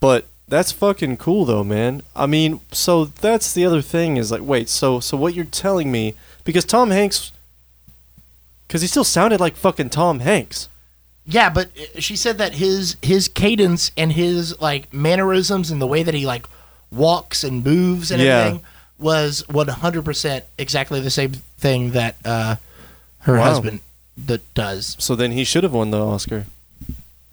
A: But that's fucking cool though, man. I mean, so that's the other thing is like, wait, so so what you're telling me because Tom Hanks cuz he still sounded like fucking Tom Hanks.
B: Yeah, but uh, she said that his his cadence and his like mannerisms and the way that he like walks and moves and
A: Yeah.
B: everything was 100% exactly the same thing that uh, her
A: Wow.
B: husband that does.
A: So then he should have won the Oscar.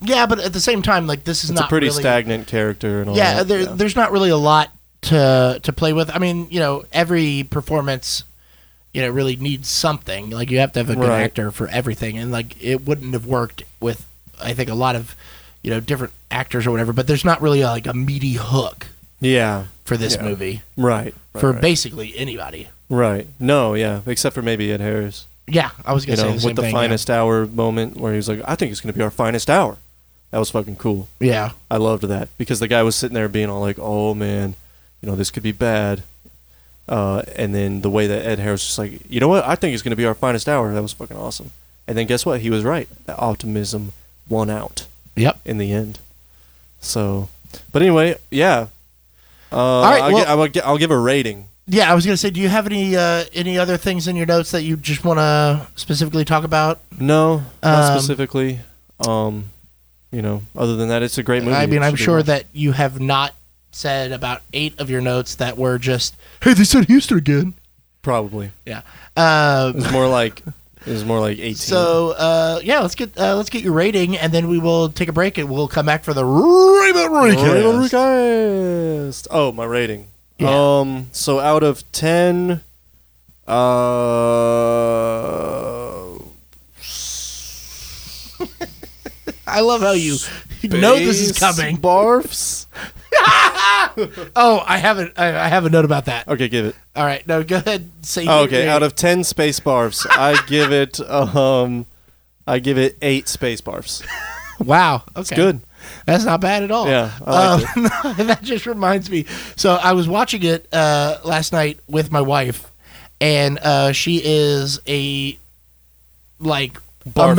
B: Yeah, but at the same time like this is
A: It's
B: not
A: a pretty
B: really,
A: stagnant character and all
B: Yeah,
A: that.
B: there, there's not really a lot to to play with. I mean, you know, every performance you know really needs something. Like you have to have a good
A: Right.
B: actor for everything and like it wouldn't have worked with I think a lot of you know different actors or whatever, but there's not really like a meaty hook
A: yeah.
B: for this
A: Yeah.
B: movie
A: Right. right,
B: for
A: right.
B: basically anybody.
A: Right. No, yeah, except for maybe Ed Harris.
B: Yeah, I was
A: you
B: going to
A: know,
B: say the same
A: with the
B: thing, yeah.
A: finest hour moment where he was like, I think it's going to be our finest hour. That was fucking cool.
B: Yeah.
A: I loved that because the guy was sitting there being all like, oh man, you know, this could be bad. Uh, and then the way that Ed Harris was just like, you know what? I think it's going to be our finest hour. That was fucking awesome. And then guess what? He was right. That optimism won out
B: Yep.
A: in the end. So, but anyway, yeah. Uh, all
B: right,
A: I'll,
B: well-
A: gi- I will gi- I'll give a rating.
B: Yeah, I was going to say do you have any uh any other things in your notes that you just want to specifically talk about?
A: No, not
B: Um,
A: specifically. Um, you know, other than that, it's a great movie.
B: I mean,
A: It
B: I'm
A: should be
B: sure
A: watched.
B: that you have not said about eight of your notes that were just, "Hey, they said Houston again."
A: probably
B: Yeah. Uh,
A: it's more like It was more like 18.
B: So uh, yeah, let's get uh, let's get your rating, and then we will take a break, and we'll come back for the rating
A: Little
B: recap.
A: Recast. Oh, my rating. Um, so out of 10, uh,
B: I love how you know this is
A: base
B: coming.
A: Barfs.
B: Oh, I have a, I I have a note about that.
A: Okay, give it.
B: All right, no, go ahead. Say
A: Oh,
B: your
A: okay,
B: rating.
A: out of 10 space barfs, I give it, um, I give it eight space barfs.
B: wow, okay,
A: Good.
B: That's not bad at all.
A: Yeah, I liked
B: Um, that just reminds me. So I was watching it uh, last night with my wife, and uh, she is a like a
A: Barfophobe.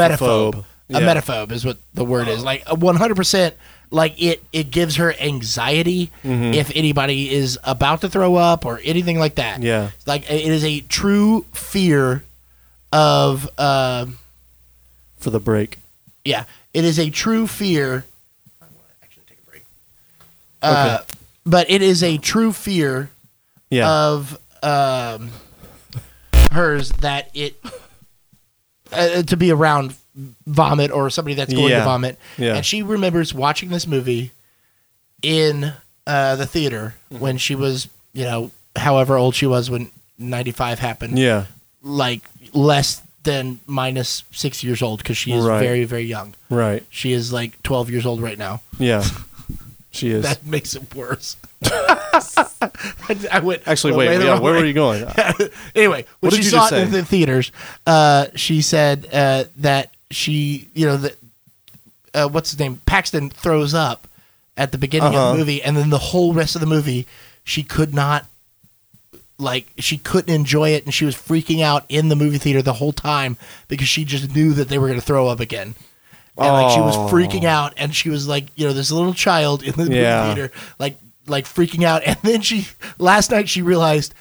B: metaphobe.
A: Yeah.
B: A metaphobe is what the word is. Like one hundred percent. Like it, it gives her anxiety
A: Mm-hmm.
B: if anybody is about to throw up or anything like that.
A: Yeah.
B: like it is a true fear of. Uh,
A: For the break.
B: yeah, it is a true fear. I want to actually take a break. Uh, But it is a true fear
A: Yeah.
B: of um, hers that it uh, to be around vomit or somebody that's going
A: Yeah.
B: to vomit.
A: Yeah.
B: And she remembers watching this movie in uh, the theater
A: Mm-hmm.
B: when she was, you know, however old she was when 95 happened
A: yeah.
B: like less than minus six years old because she is
A: Right.
B: very very young.
A: Right.
B: She is like twelve years old right now.
A: Yeah. She is.
B: That makes it worse. I, I went
A: Actually,
B: well,
A: wait.
B: later
A: Yeah,
B: on,
A: where were
B: right?
A: you going?
B: anyway, when
A: What did
B: she
A: you
B: saw
A: just
B: it in
A: say?
B: the theaters, uh, she said uh, that she, you know, that uh, what's his name, Paxton throws up at the beginning of
A: Uh-huh.
B: the movie, and then the whole rest of the movie, she could not. Like she couldn't enjoy it, and she was freaking out in the movie theater the whole time because she just knew that they were going to throw up again, and like she was
A: Oh.
B: freaking out, and she was like, you know, this little child in the movie
A: Yeah.
B: theater like like freaking out and then she last night she realized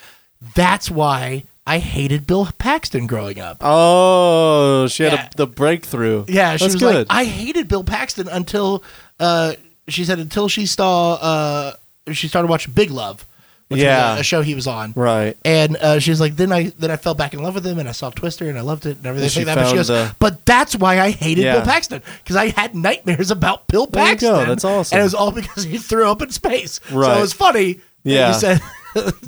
B: that's why I hated Bill Paxton growing up.
A: Oh, she had
B: Yeah.
A: a, the breakthrough.
B: Yeah, she
A: that's
B: was like
A: good.
B: I hated Bill Paxton until uh she said until she saw uh she started watching Big Love, which
A: Yeah.
B: was a- a show he was on.
A: right.
B: And uh, she's like, then I then I fell back in love with him, and I saw Twister, and I loved it, and everything
A: And she
B: like that. But she
A: found
B: goes,
A: the-
B: but that's why I hated
A: Yeah.
B: Bill Paxton because I had nightmares about Bill
A: There you go,
B: Paxton.
A: that's awesome.
B: And it was all because he threw up in space. So it
A: Right.
B: was funny. that
A: Yeah.
B: You said,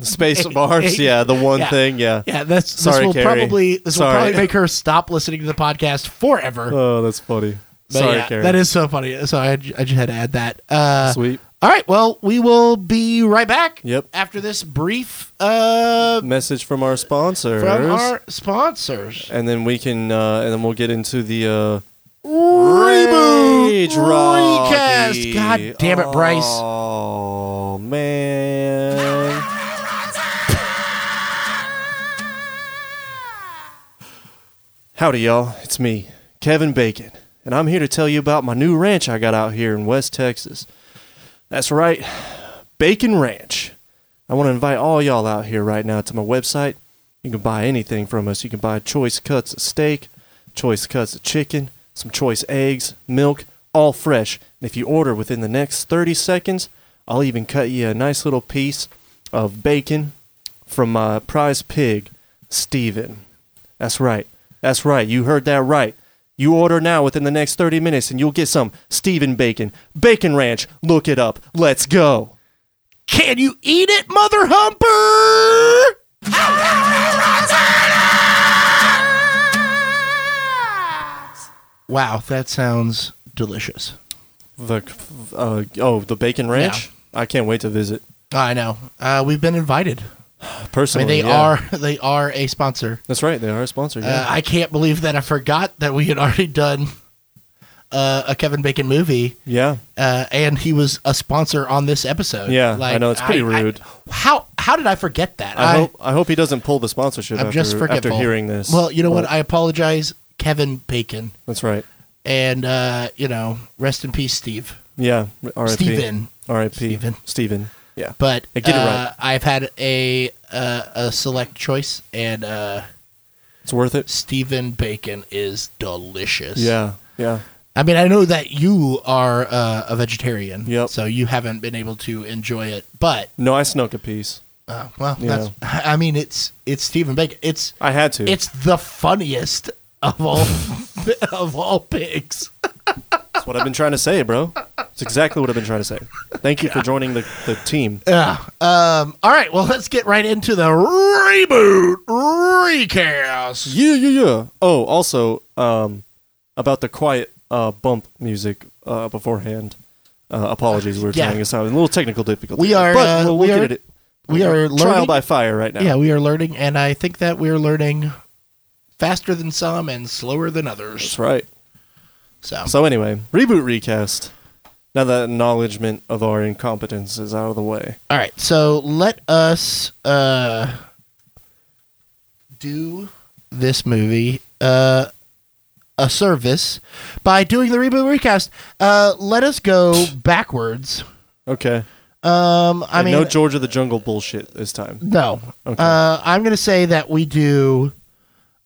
A: Space bars.
B: eight-
A: Yeah, the one
B: yeah.
A: thing. Yeah.
B: yeah. That's
A: Sorry,
B: this will
A: Carrie.
B: probably this will
A: Sorry.
B: probably make her stop listening to the podcast forever.
A: Oh, that's funny.
B: But
A: Sorry,
B: yeah,
A: Karen.
B: that is so funny. So I, j- I just had to add that. Uh,
A: sweet.
B: all right. Well, we will be right back.
A: Yep.
B: After this brief uh,
A: Message from our sponsors,
B: from our sponsors.
A: and then we can, uh, and then we'll get into the uh,
B: Reboot
A: Rage Rocky.
B: Recast. God damn it, Bryce.
A: Oh man. Howdy, y'all. It's me, Kevin Bacon, and I'm here to tell you about my new ranch I got out here in West Texas. That's right, Bacon Ranch. I want to invite all y'all out here right now to my website. You can buy anything from us. You can buy choice cuts of steak, choice cuts of chicken, some choice eggs, milk, all fresh. And if you order within the next 30 seconds, I'll even cut you a nice little piece of bacon from my prize pig, Steven. That's right. That's right. You heard that right. You order now within the next 30 minutes and you'll get some Steven Bacon. Bacon Ranch. Look it up. Let's go.
B: Can you eat it, Mother Humper? Wow, that sounds delicious.
A: The uh, oh, the Bacon Ranch. I can't wait to visit
B: I know. Uh, we've been invited. I
A: personally.
B: mean,
A: Oh,
B: they
A: yeah.
B: are they are a sponsor.
A: That's right. They are a sponsor.
B: Uh,
A: Yeah.
B: I can't believe that I forgot that we had already done uh, a Kevin Bacon movie,
A: yeah.
B: uh, and he was a sponsor on this episode.
A: Yeah, I know, it's pretty rude.
B: how how did I forget that?
A: I, hope I hope he doesn't pull the sponsorship
B: I'm
A: after,
B: just
A: after
B: forgetful.
A: hearing this.
B: Well, you know what?
A: But-
B: I apologize, Kevin Bacon,
A: That's right.
B: and uh, you know, rest in peace, Steve.
A: Yeah. R.I.P.
B: Steven.
A: R.I.P.
B: Steven.
A: Steven. Yeah.
B: But
A: Hey, get it
B: uh,
A: right.
B: I've had a uh, a select choice, and uh,
A: it's worth it.
B: Stephen Bacon is delicious.
A: Yeah. Yeah.
B: I mean, I know that you are uh, a vegetarian,
A: Yep.
B: so you haven't been able to enjoy it. But
A: No, I snuck a piece.
B: uh, well,
A: Yeah.
B: that's, I mean, it's it's Stephen Bacon. It's
A: I had to.
B: it's the funniest of all of all pigs.
A: That's what I've been trying to say, bro. It's exactly what I've been trying to say. Thank you for joining the, the team.
B: Yeah. Um, all right. Well, let's get right into the reboot recast.
A: Yeah, yeah, yeah. Oh, also, um, about the quiet uh, bump music uh, beforehand. Uh, apologies, we we're
B: Yeah.
A: trying this out. A little technical difficulty.
B: We are,
A: But
B: uh,
A: we'll
B: we
A: look
B: are-
A: at it.
B: We are learning.
A: Trial by fire right now.
B: yeah, we are learning, and I think that we are learning faster than some and slower than others.
A: That's right.
B: So,
A: So anyway, reboot recast. Now that acknowledgement of our incompetence is out of the way.
B: all right. So let us uh, do this movie uh, a service by doing the reboot recast. Uh, let us go backwards.
A: Okay.
B: Um, I
A: And
B: mean,
A: no George of the Jungle bullshit this time.
B: No.
A: Okay.
B: Uh, I'm going to say that we do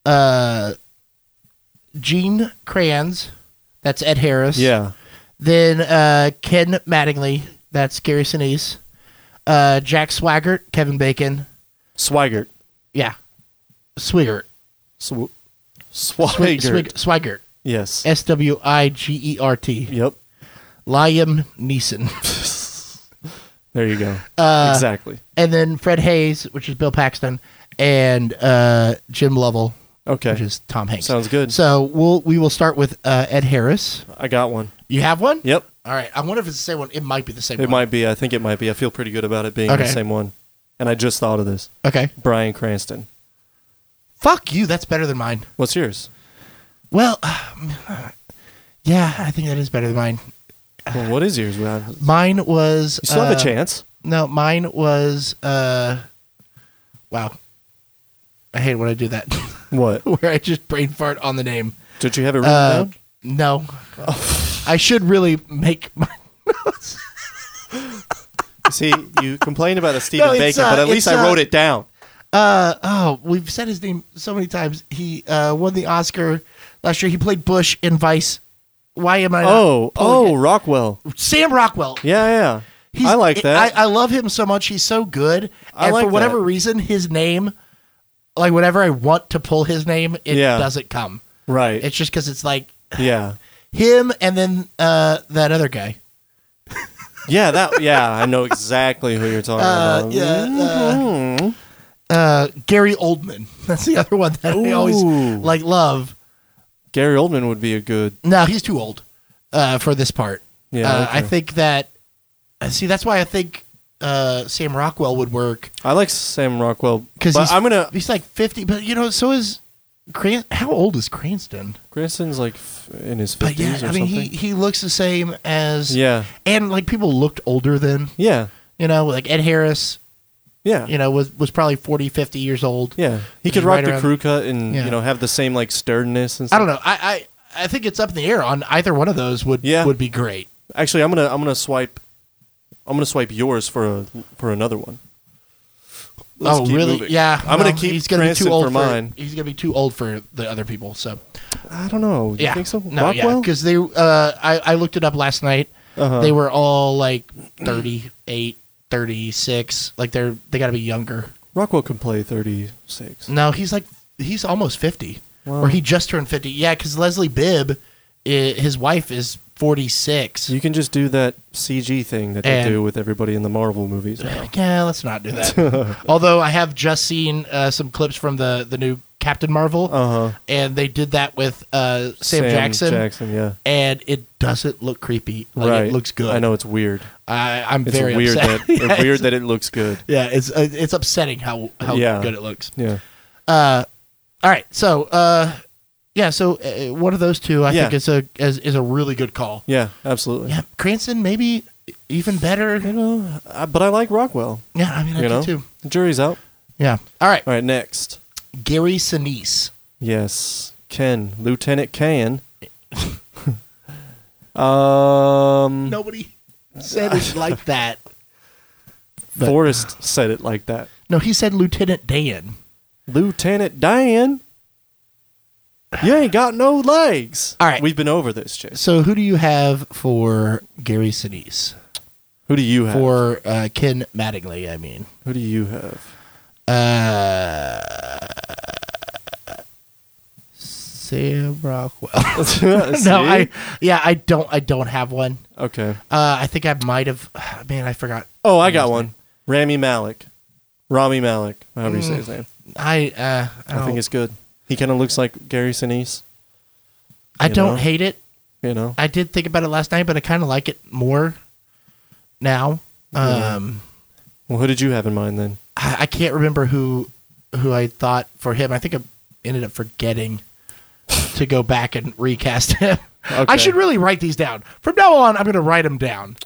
B: uh, Gene Kranz. That's Ed Harris.
A: Yeah.
B: Then uh, Ken Mattingly. That's Gary Sinise. Uh, Jack Swaggart. Kevin Bacon.
A: Swaggart.
B: Yeah. Swigert.
A: Sw-
B: Swig-
A: Swaggart.
B: Swig- Swaggart.
A: Yes.
B: S W I G E R T.
A: yep.
B: Liam Neeson.
A: There you go.
B: Uh,
A: exactly.
B: and then Fred Hayes, which is Bill Paxton, and uh, Jim Lovell, which
A: Okay.
B: is Tom Hanks.
A: Sounds good.
B: So we'll we will start with uh, Ed Harris.
A: I got one.
B: You have one?
A: Yep.
B: All right. I wonder if it's the same one. It might be the same
A: It
B: one.
A: might be. I think it might be. I feel pretty good about it being
B: Okay.
A: the same one. And I just thought of this.
B: Okay.
A: Brian Cranston.
B: Fuck you. That's better than mine.
A: What's yours?
B: Well, um, yeah, I think that is better than mine.
A: Well, what is yours? man?
B: Mine was.
A: You still have
B: uh,
A: a chance.
B: No, mine was. Uh, wow. I hate when I do that,
A: What?
B: where I just brain fart on the name.
A: Did you have it written
B: Uh,
A: down?
B: no. I should really make my.
A: See, you complained about the Stephen
B: No, it's,
A: Bacon,
B: uh,
A: but at least
B: it's,
A: I
B: uh,
A: wrote it down.
B: Oh, we've said his name so many times. He uh, won the Oscar last year. He played Bush in Vice. Why am I? not
A: Oh,
B: pulling
A: oh,
B: it?
A: Rockwell.
B: Sam Rockwell.
A: Yeah, yeah. I like that.
B: I, I love him so much. He's so good.
A: I
B: and
A: like
B: for whatever
A: that.
B: reason, his name, like whenever I want to pull his name, it
A: Yeah.
B: doesn't come.
A: right.
B: It's just because it's like
A: yeah.
B: him and then uh, that other guy.
A: Yeah, that yeah, I know exactly who you're talking about. mm-hmm.
B: Uh, Gary Oldman. That's the other one that I always
A: Ooh.
B: like love.
A: Gary Oldman would be a good
B: No, he's too old uh, for this part.
A: Yeah,
B: uh, I
A: okay.
B: think that. uh, See, that's why I think uh, Sam Rockwell would work
A: I like Sam Rockwell.
B: because
A: But I'm gonna
B: he's like fifty, but you know, so is. Cran- How old is Cranston?
A: Cranston's like f- in his
B: But
A: fifties
B: yeah,
A: or
B: I mean,
A: something.
B: he, he looks the same as
A: yeah.
B: and like people looked older than
A: Yeah.
B: you know, like Ed Harris,
A: Yeah.
B: you know, was was probably 40, 50 years old.
A: yeah. He
B: he's
A: could rock
B: right
A: the
B: around-
A: crew cut and
B: Yeah.
A: you know have the same like sternness and stuff.
B: I don't know. I, I I think it's up in the air on either one of those would
A: Yeah.
B: would be great.
A: Actually, I'm gonna I'm gonna swipe I'm gonna swipe yours for a for another one. Let's
B: oh
A: keep
B: really?
A: moving.
B: Yeah.
A: I'm gonna
B: well,
A: keep
B: He's gonna
A: Cranston
B: be too old
A: for mine.
B: He's gonna be too old for the other people. So
A: I don't know. You
B: yeah.
A: think so?
B: No,
A: Rockwell?
B: because they. Uh, I I looked it up last night.
A: Uh-huh.
B: They were all like 38, 36. Like they're they got to be younger.
A: Rockwell can play thirty six.
B: No, he's like he's almost fifty,
A: Wow.
B: or he just turned fifty. Yeah, because Leslie Bibb, i his wife is forty six.
A: You can just do that CG thing that they
B: And-
A: do with everybody in the Marvel movies. now.
B: Yeah, let's not do that. Although I have just seen uh, some clips from the the new Captain Marvel,
A: Uh-huh.
B: and they did that with uh, Sam, Jackson,
A: Jackson, yeah.
B: and it doesn't look creepy. Like,
A: right.
B: It looks good.
A: I know it's weird.
B: I, I'm
A: It's
B: very
A: weird
B: upset.
A: that
B: yeah,
A: it's weird
B: it's-
A: that it looks good.
B: yeah, it's uh, it's upsetting how how
A: Yeah.
B: good it looks.
A: Yeah.
B: All right, so uh, yeah, so uh, one of those two, I
A: Yeah.
B: think is a is, is a really good call.
A: Yeah, absolutely.
B: Yeah, Cranston maybe even
A: You
B: better.
A: know, I, but I like Rockwell,
B: Yeah, I mean, I
A: you
B: do
A: know.
B: too.
A: The jury's out.
B: Yeah. All right,
A: All right, next.
B: Gary Sinise.
A: Yes, Ken, Lieutenant Can. um
B: Nobody said it like that. but-
A: Forrest said it like that.
B: No, he said Lieutenant Dan.
A: Lieutenant Dan. You ain't got no legs.
B: All right.
A: We've been over this, Chase.
B: So who do you have for Gary Sinise?
A: Who do you have?
B: For uh, Ken Mattingly, I mean.
A: Who do you have?
B: Uh, Sam Rockwell.
A: See?
B: no, I yeah, I don't I don't have one.
A: Okay.
B: Uh, I think I might have. Man, I forgot.
A: Oh, I got one. Rami Malik. Rami Malik, however you say
B: Mm.
A: his name.
B: I uh, I,
A: I think it's good. He kind of looks like Gary Sinise,
B: I
A: you
B: don't
A: know?
B: hate it.
A: you know?
B: I did think about it last night, but I kind of like it more now. Um,
A: Well, who did you have in mind then?
B: I, I can't remember who who I thought for him. I think I ended up forgetting to go back and recast him. I
A: Okay.
B: should really write these down. From now on, I'm going to write them down.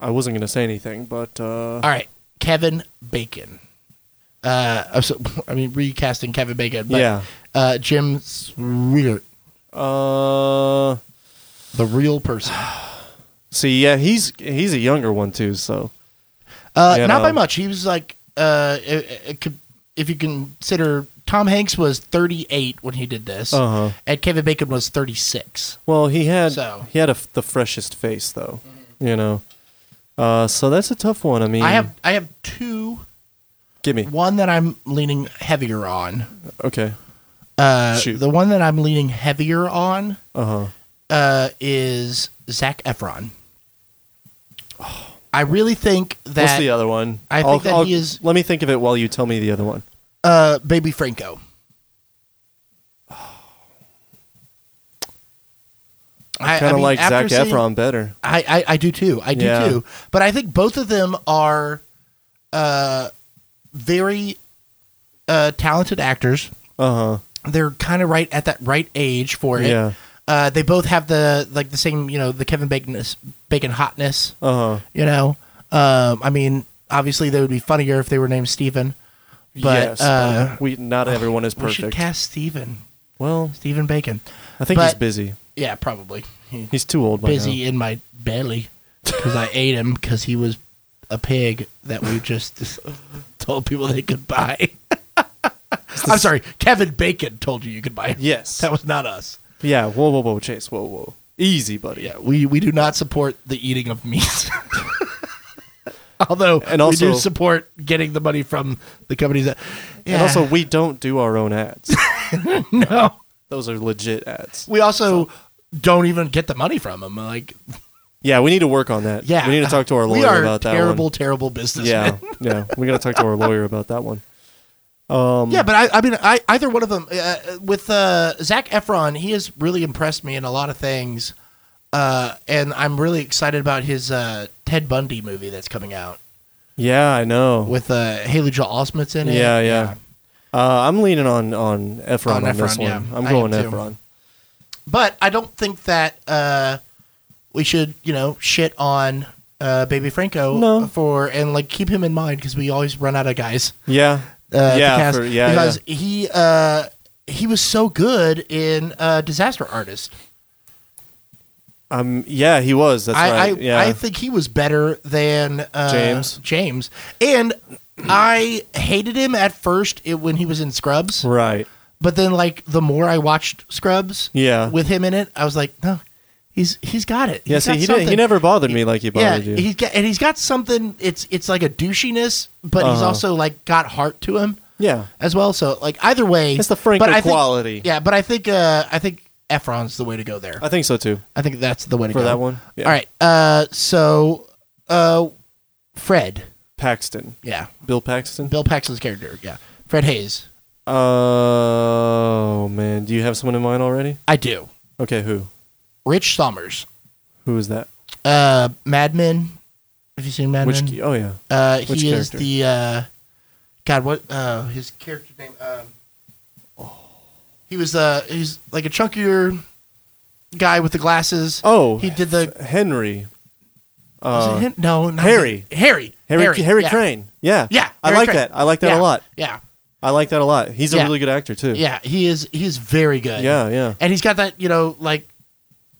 A: I wasn't going to say anything, but uh,
B: All right, Kevin Bacon. Uh, I'm so- I mean, recasting Kevin Bacon. But,
A: Yeah.
B: Uh, Jim Swiggert,
A: uh
B: the real person.
A: see, yeah, he's he's a younger one too, so
B: Uh,
A: You
B: not by
A: know.
B: much. He was like, uh, it, it could, if you consider Tom Hanks was 38 when he did this,
A: Uh-huh.
B: and Kevin Bacon was 36.
A: Well, he had
B: So- Mm-hmm.
A: he had a f the freshest face though, you know. Uh, so that's a tough one. I mean,
B: I have I have two.
A: give me
B: One that I'm leaning heavier on.
A: okay.
B: Uh,
A: Shoot.
B: The one that I'm leaning heavier on
A: Uh huh.
B: uh, is Zach Efron. I really think that
A: What's the uh, other one?
B: I think that he is-
A: Let me think of it while you tell me the other one.
B: uh, Baby Franco. I
A: Kind of
B: mean,
A: like
B: after
A: Zach
B: seeing-
A: Efron better.
B: I, I, I do too. I do
A: Yeah.
B: too. But I think both of them are uh, very uh, talented actors.
A: Uh huh.
B: They're kind of right at that right age for it.
A: Yeah.
B: Uh, they both have the like the same you know the Kevin Baconess Bacon hotness.
A: Uh huh.
B: You know, um, I mean, obviously they would be funnier if they were named Steven. But,
A: yes,
B: uh,
A: we not everyone is
B: We should
A: perfect.
B: cast Steven.
A: well,
B: Steven Bacon.
A: I think he's
B: but-
A: busy.
B: Yeah, probably. He-
A: He's too old by
B: busy in my belly because I ate him because he was a pig that we just told people they could buy. I'm sorry, Kevin Bacon told you you could buy him.
A: Yes.
B: that was not us.
A: now. Yeah. Whoa, whoa, whoa, Chase. Whoa, whoa. Easy, buddy.
B: Yeah, we we do not support the eating of meat. Although
A: And
B: we
A: also-
B: do support getting the money from the companies that. Yeah,
A: And also, we don't do our own ads.
B: no,
A: Those are legit ads.
B: we also don't even get the money from them. Like,
A: Yeah, we need to work on that.
B: yeah,
A: we need to talk to our
B: we
A: lawyer
B: are
A: about that
B: terrible,
A: one.
B: terrible business.
A: Yeah, yeah, we gotta talk to our lawyer about that one. Um,
B: Yeah, but I, I mean, I, either one of them. Uh, with uh, Zach Efron, he has really impressed me in a lot of things, uh, and I'm really excited about his uh, Ted Bundy movie that's coming out
A: yeah, I know.
B: with uh, Haley Joel Osment's in it.
A: yeah, yeah. Uh, I'm leaning on on Efron
B: On
A: on, this
B: Efron,
A: one.
B: yeah.
A: I'm
B: I
A: going
B: am too.
A: Efron.
B: But I don't think that uh, we should, you know, shit on uh, Baby Franco
A: No.
B: for and like keep him in mind because we always run out of guys.
A: Yeah,
B: uh, to
A: yeah,
B: cast
A: for, yeah,
B: because
A: yeah.
B: he uh, he was so good in uh, Disaster Artist.
A: Um, yeah, he was. That's
B: I,
A: right.
B: I,
A: yeah,
B: I think he was better than uh,
A: James.
B: James, and I hated him at first it, when he was in Scrubs,
A: right.
B: but then like the more I watched Scrubs,
A: Yeah.
B: with him in it, I was like, no, he's he's got it.
A: Yeah,
B: He's
A: see,
B: got
A: he didn't, he
B: something.
A: never bothered me like he bothered
B: yeah,
A: you.
B: he's got and he's got something. It's it's like a douchiness, but he's
A: Uh-huh.
B: also like got heart to him
A: yeah,
B: as well. So like either way,
A: It's the Franco
B: but I think-
A: quality.
B: Yeah, but I think uh, I think Efron's the way to go there.
A: I think so too.
B: I think that's the way to
A: For
B: go
A: that one? Yeah.
B: All right. Uh, so, uh, Fred.
A: Paxton,
B: Yeah,
A: Bill Paxton.
B: Bill Paxton's character. Yeah, Fred Hayes.
A: Oh man, do you have someone in mind already?
B: I do.
A: Okay, who?
B: Rich Somers.
A: Who is that?
B: Uh, Mad Men. Have you seen Mad
A: Which?
B: Men?
A: Oh yeah.
B: uh,
A: which
B: he is
A: character?
B: the. Uh, God, what? Uh, his character name. Um, he was uh, he's like a chunkier guy with the glasses.
A: Oh,
B: he did the.
A: Henry.
B: was it him? No, not
A: Harry.
B: Harry.
A: Harry Harry,
B: yeah.
A: Crane. Yeah.
B: Yeah,
A: I
B: Harry
A: like
B: Crane.
A: that. I like that
B: Yeah,
A: a lot.
B: Yeah.
A: I like that a lot. He's a
B: Yeah.
A: really good actor too.
B: Yeah, he is. He's very good.
A: Yeah, yeah.
B: and he's got that you know like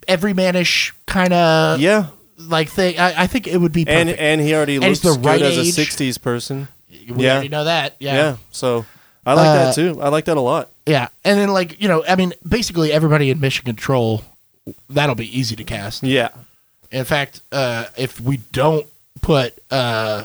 B: everymanish kind of
A: Yeah.
B: like thing. I, I think it would be
A: And
B: uh, perfect.
A: and he already
B: he's
A: looks
B: the right
A: good as a
B: age.
A: '60s person.
B: we
A: yeah.
B: already know that.
A: Yeah.
B: Yeah,
A: So I like
B: Uh,
A: that too. I like that a lot.
B: yeah, And then like you know, I mean, basically everybody in Mission Control, that'll be easy to cast.
A: Yeah.
B: In fact, uh, if we don't put uh,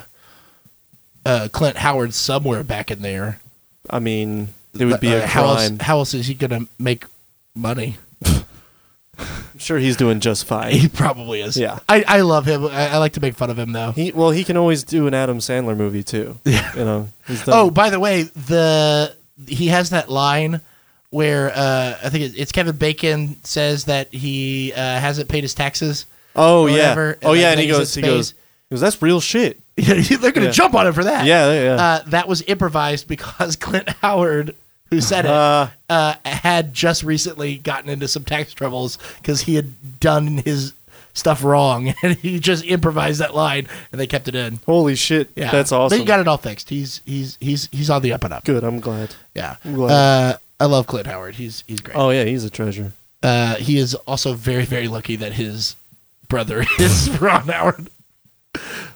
B: uh, Clint Howard somewhere back in there,
A: I mean, it would be
B: uh,
A: a
B: how else,
A: crime.
B: how else is he gonna make money.
A: I'm sure he's doing just
B: He
A: fine.
B: probably is.
A: Yeah.
B: I, I love him. I, I like to make fun of him though.
A: He well, he can always do an Adam Sandler movie too. Yeah, you know. He's done.
B: Oh, by the way, the he has that line where uh, I think it- it's Kevin Bacon says that he uh, hasn't paid his taxes.
A: oh yeah,
B: whatever, and
A: oh
B: like
A: yeah, and he
B: lays in
A: goes, he
B: space.
A: goes, he goes, that's real shit.
B: They're gonna
A: Yeah.
B: jump on him for that.
A: Yeah, yeah.
B: Uh, that was improvised because Clint Howard, who said it,
A: Uh,
B: uh, had just recently gotten into some tax troubles because he had done his stuff wrong, and he just improvised that line, and they kept it in.
A: holy shit,
B: Yeah,
A: that's awesome.
B: They got it all fixed. He's he's he's he's on the up and up.
A: Good, I'm glad.
B: Yeah,
A: I'm glad.
B: uh, I love Clint Howard. He's he's great.
A: Oh yeah, he's a treasure.
B: Uh, he is also very very lucky that his brother is Ron Howard,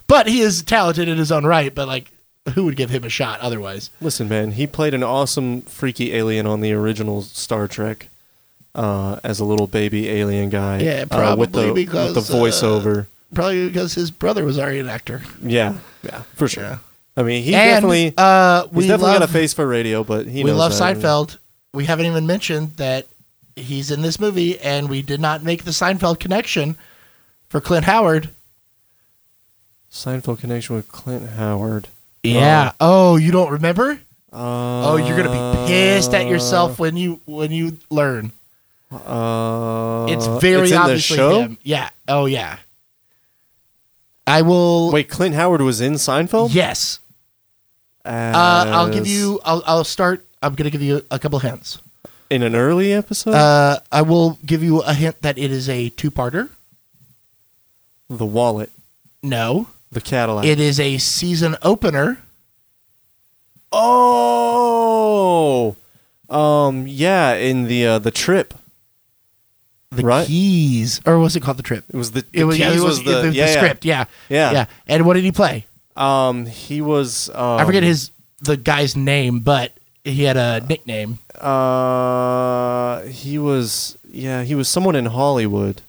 B: but he is talented in his own right. But like, who would give him a shot otherwise?
A: Listen, man, he played an awesome freaky alien on the original Star Trek uh, as a little baby alien guy.
B: Yeah,
A: uh, with
B: probably
A: the,
B: because,
A: with the voiceover.
B: Probably because his brother was already an actor.
A: yeah, yeah, for sure.
B: Yeah.
A: I mean, he
B: and
A: definitely
B: uh, we
A: he's definitely
B: love,
A: got a face for radio, but he
B: we
A: knows
B: love
A: that, I mean.
B: Seinfeld. We haven't even mentioned that he's in this movie, and we did not make the Seinfeld connection for Clint Howard.
A: Seinfeld connection with Clint Howard.
B: Yeah. Oh, you don't remember?
A: Uh,
B: Oh, you're gonna be pissed at yourself when you when you learn.
A: Uh,
B: It's very
A: in the
B: obviously
A: show?
B: him. Yeah. Oh yeah. I will.
A: Wait, Clint Howard was in Seinfeld.
B: Yes. Uh, I'll give
A: As-
B: you. I'll, I'll start. I'm gonna give you a couple hints.
A: in an early episode.
B: Uh, I will give you a hint that it is a two-parter.
A: the wallet,
B: No,
A: the Cadillac.
B: it is a season opener.
A: Oh, um, yeah, in the uh, the trip,
B: The
A: Right.
B: keys, or was it called the trip?
A: it was the, the
B: It was, yeah,
A: keys
B: it was, the, the
A: yeah, yeah.
B: script. Yeah.
A: Yeah.
B: And what did he play?
A: Um, he was um,
B: I forget his the guy's name, but he had a nickname.
A: Uh, he was yeah, he was someone in Hollywood,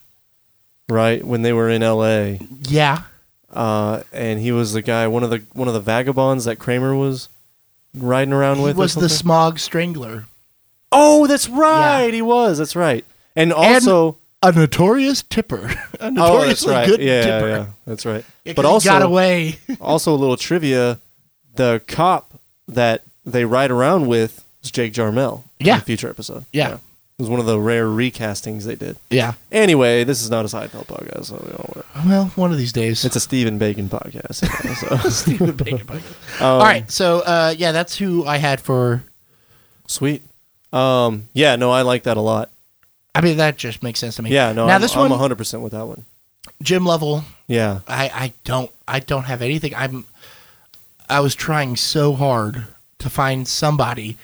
A: right when they were in L.A.
B: Yeah.
A: Uh, and he was the guy, one of the one of the vagabonds that Kramer was riding around
B: He
A: with. or
B: was the
A: something?
B: smog strangler.
A: oh, that's right,
B: Yeah.
A: he was. That's right. And also,
B: A notorious tipper. A
A: oh, that's
B: notoriously
A: right.
B: good
A: yeah,
B: tipper.
A: yeah, that's right.
B: Yeah, 'cause
A: but
B: he
A: also,
B: got away.
A: also a little trivia the cop that they ride around with is jake jarmel
B: Yeah.
A: in a future episode
B: yeah.
A: it was one of the rare recastings they did
B: Yeah.
A: anyway this is not a Seinfeld podcast so you know, whatever.
B: Well, one of these days.
A: it's a stephen bacon podcast you know, so.
B: Stephen Bacon.
A: Um,
B: All right, so uh, yeah, that's who I had for.
A: sweet um yeah no i like that a lot
B: I mean, that just makes sense to me.
A: yeah no
B: Now
A: I'm,
B: this
A: I'm
B: one,
A: 100% with that one
B: Jim Lovell.
A: yeah
B: I, I don't I don't have anything. I'm I was trying so hard to find somebody,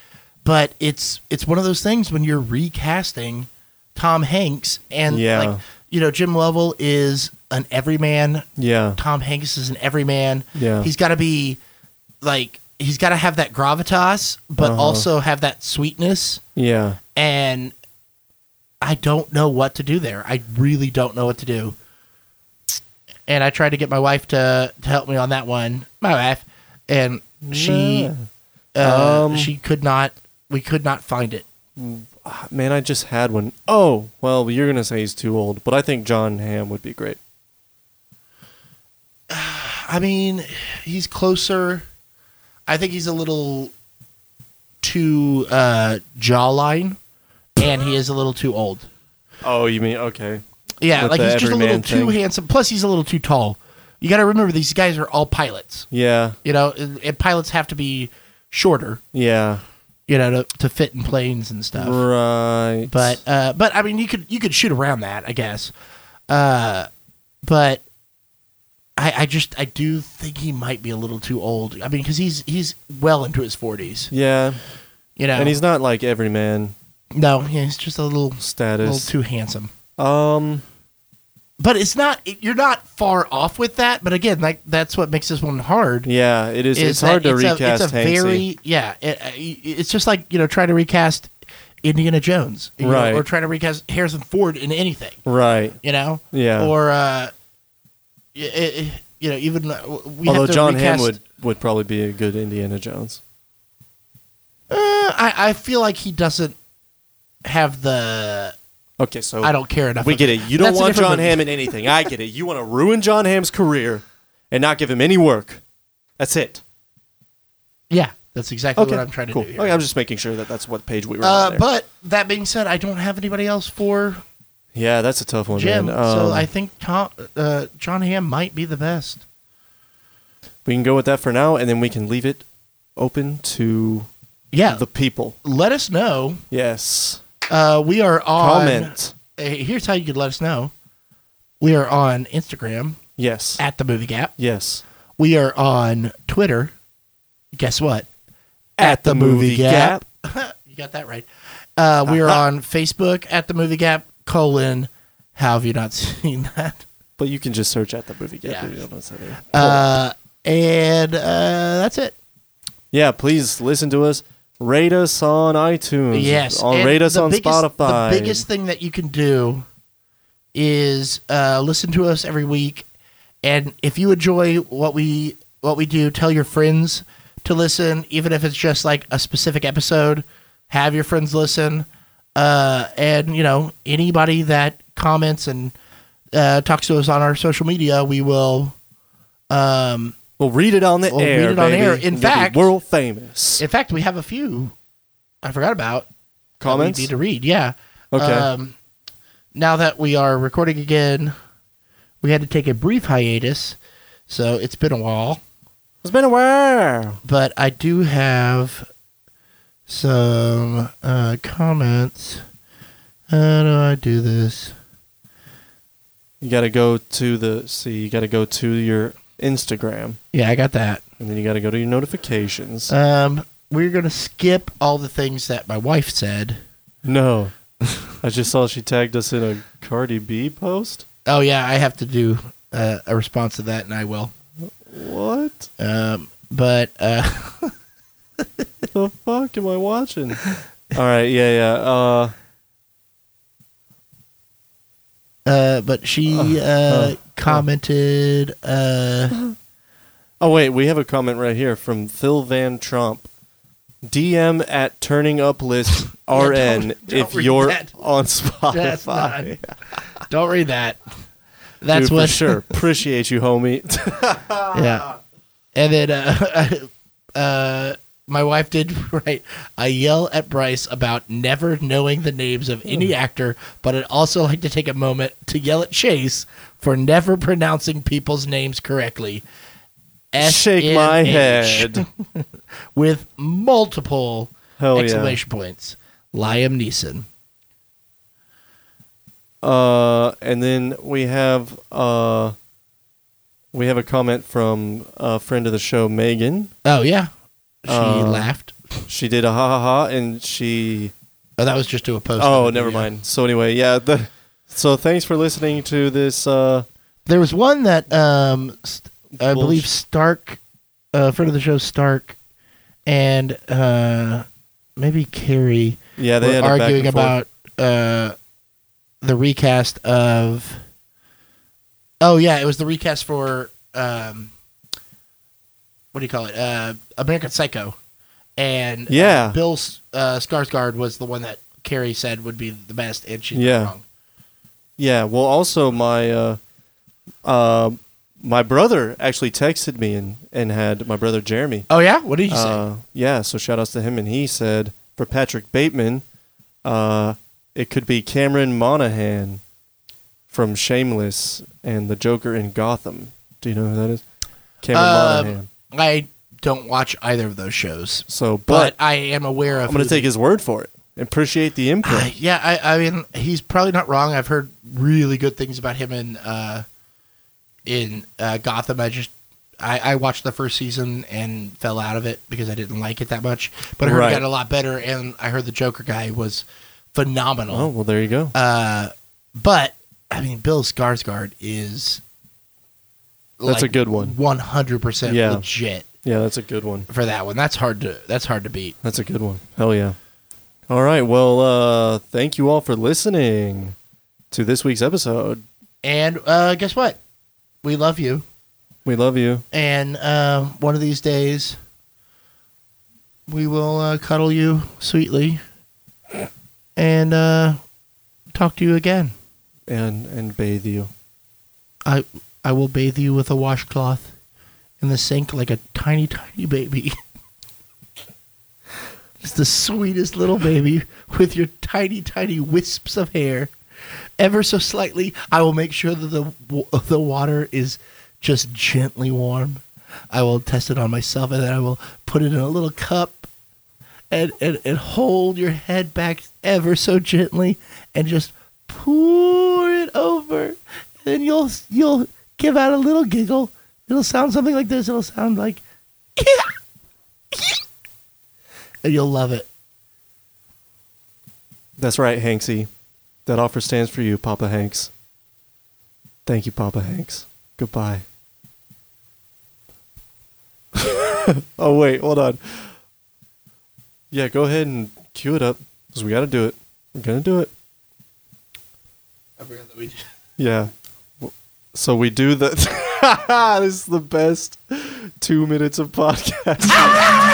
B: but it's it's one of those things when you're recasting Tom Hanks and
A: Yeah.
B: like you know Jim Lovell is an everyman
A: yeah
B: Tom Hanks is an everyman.
A: Yeah.
B: He's got to be like he's got to have that gravitas, but
A: Uh-huh.
B: also have that sweetness.
A: yeah
B: And I don't know what to do there. I really don't know what to do. And I tried to get my wife to, to help me on that one. My wife, and she uh,
A: Um.
B: she could not. We could not find it.
A: man i just had one. Oh, well you're gonna say he's too old but i think john Hamm would be great
B: I mean, he's closer. I think he's a little too uh, jawline, and he is a little too old.
A: oh you mean okay
B: Yeah,
A: With
B: like
A: the
B: he's just a little
A: everyman
B: too
A: thing.
B: handsome. Plus, he's a little too tall. You got to remember these guys are all pilots.
A: yeah
B: You know, and, and pilots have to be shorter.
A: yeah
B: You know, to, to fit in planes and stuff.
A: Right.
B: Uh, But uh, but I mean, you could you could shoot around that, I guess. Uh, but I I just I do think he might be a little too old. I mean, because he's he's well into his forties.
A: yeah,
B: You know,
A: and he's not like every man
B: no, yeah, he's just a little little
A: status.
B: too handsome.
A: um,
B: But it's not it- you're not far off with that. But again, like that's what makes this one hard.
A: yeah, it is.
B: is
A: it's hard
B: that
A: to
B: it's
A: recast.
B: A, it's a
A: Hanksy.
B: very yeah. It, uh, it's just like you know trying to recast Indiana Jones, you know,
A: Right.
B: or trying to recast Harrison Ford in anything.
A: right.
B: you know?
A: Yeah.
B: Or, uh, y- y- you know, even uh, we
A: Although
B: have to
A: John
B: recast,
A: Hamm would would probably be a good Indiana Jones.
B: Uh, I, I feel like he doesn't have the
A: Okay, so
B: I don't care enough.
A: We
B: of-
A: get it. You don't
B: That's a
A: want
B: different
A: John
B: movie.
A: Hamm in anything. I get it. You want to ruin John Hamm's career and not give him any work. That's it.
B: Yeah, that's exactly
A: Okay,
B: what I'm trying to
A: cool.
B: do. Here.
A: Okay, I'm just making sure that that's what page we were on.
B: uh,
A: there.
B: but that being said, I don't have anybody else for
A: yeah, that's a tough one,
B: Jim,
A: man.
B: so
A: Um,
B: I think Tom, uh, John Hamm might be the best.
A: we can go with that for now, and then we can leave it open to
B: Yeah,
A: the people.
B: let us know.
A: Yes.
B: Uh, we are on.
A: Comment.
B: Uh, here's how you can let us know. We are on Instagram
A: Yes.
B: at the Movie Gap.
A: Yes.
B: We are on Twitter. Guess what?
A: At the movie gap.
B: you got that right. Uh, we are on Facebook at the Movie Gap colon. How have you not seen that?
A: But you can just search at the movie gap.
B: Yeah.
A: You don't know what's there.
B: Uh, and uh, that's it.
A: yeah, please listen to us. Rate us on iTunes.
B: Yes.
A: On,
B: and
A: rate us
B: the
A: on
B: biggest-
A: Spotify.
B: The biggest thing that you can do is uh, listen to us every week, and if you enjoy what we what we do, tell your friends to listen, even if it's just like a specific episode. Have your friends listen, uh, and you know anybody that comments and uh, talks to us on our social media, we will. Um,
A: We'll read it on the
B: We'll
A: air.
B: read it on
A: baby.
B: air. In
A: You'll be
B: fact-
A: world famous
B: in fact, we have a few. I forgot about that we
A: comments.
B: need to read. Yeah.
A: Okay.
B: Um, now that we are recording again, we had to take a brief hiatus, so it's been a while.
A: it's been a while.
B: But I do have some uh, comments. How do I do this?
A: You got to go to the see. You got to go to your Instagram,
B: Yeah, I got that.
A: and then you got to go to your notifications.
B: Um, we're gonna skip all the things that my wife said.
A: no, I just saw she tagged us in a Cardi B post.
B: Oh yeah, I have to do uh, a response to that, and I will.
A: What
B: Um, but uh,
A: the fuck am I watching? All right, yeah, yeah. Uh,
B: uh, but she uh, commented. Uh,
A: oh wait, we have a comment right here from Phil Van Trump. DM at turning up list
B: don't-
A: RN
B: don't
A: if
B: read
A: you're
B: that.
A: on Spotify.
B: That's not- Don't read that. That's
A: Dude,
B: what.
A: for sure. Appreciate you, homie.
B: Yeah. And then uh, uh, my wife did right. I yell at Bryce about never knowing the names of
A: Hmm.
B: any actor, but I'd also like to take a moment to yell at Chase for never pronouncing people's names correctly.
A: Shake my
B: SNH,
A: head.
B: with multiple
A: Hell yeah.
B: exclamation points. Liam Neeson.
A: Uh, and then we have uh, we have a comment from a friend of the show, Megan.
B: Oh yeah, she
A: Uh,
B: laughed.
A: She did a ha ha ha, and she.
B: Oh, that was just to a post.
A: Oh,
B: on the
A: never
B: video.
A: mind. So anyway, yeah. The, so thanks for listening to this. Uh,
B: There was one that um, st- I
A: Bullsh-
B: believe Stark, uh, friend of the show Stark, and uh, maybe Carrie
A: yeah, they
B: were
A: had a back
B: arguing
A: and forth.
B: about uh, the recast of. Oh yeah, it was the recast for um, what do you call it? Uh, American Psycho, and uh,
A: Yeah.
B: Bill S- uh, Skarsgård was the one that Carrie said would be the best, and she
A: Yeah.
B: wrong.
A: Yeah. Well, also my uh, uh, my brother actually texted me and and had my brother Jeremy.
B: Oh yeah, what did you say?
A: Uh, yeah, so shout outs to him. And he said for Patrick Bateman, uh, it could be Cameron Monaghan from Shameless and the Joker in Gotham. Do you know who that is? Cameron
B: Um,
A: Monaghan.
B: I don't watch either of those shows,
A: So, but,
B: but, I am aware of.
A: I'm going to
B: who
A: take his word for it. Appreciate the
B: the-
A: input.
B: I- yeah, I, I mean, he's probably not wrong. I've heard really good things about him in uh, in uh, Gotham. I just I, I watched the first season and fell out of it because I didn't like it that much. But I heard
A: Right.
B: it got a lot better, and I heard the Joker guy was phenomenal.
A: oh, well, there you go.
B: Uh, but I mean, Bill Skarsgård is
A: That's a good one.
B: one hundred percent
A: Yeah.
B: legit
A: yeah, that's a good one.
B: for that one. That's hard to that's hard to beat.
A: That's a good one. Hell yeah. All right. Well, uh, thank you all for listening to this week's episode.
B: And uh, guess what? We love you.
A: We love you.
B: And uh, one of these days, we will uh, cuddle you sweetly and uh, talk to you again.
A: and and bathe you.
B: I I will bathe you with a washcloth in the sink like a tiny tiny baby. Just the sweetest little baby with your tiny tiny wisps of hair, ever so slightly. I will make sure that the wa- the water is just gently warm. I will test it on myself and then I will put it in a little cup and, and, and hold your head back ever so gently and just pour it over. Then you'll you'll give out a little giggle. It'll sound something like this. It'll sound like and you'll love it.
A: That's right, Hanksy. That offer stands for you, Papa Hanks. Thank you, Papa Hanks. Goodbye. oh wait, hold on. Yeah, go ahead and cue it up because we got to do it. We're gonna do it.
B: I forgot that we did.
A: Yeah. W- So we do the. this is the best two minutes of podcast.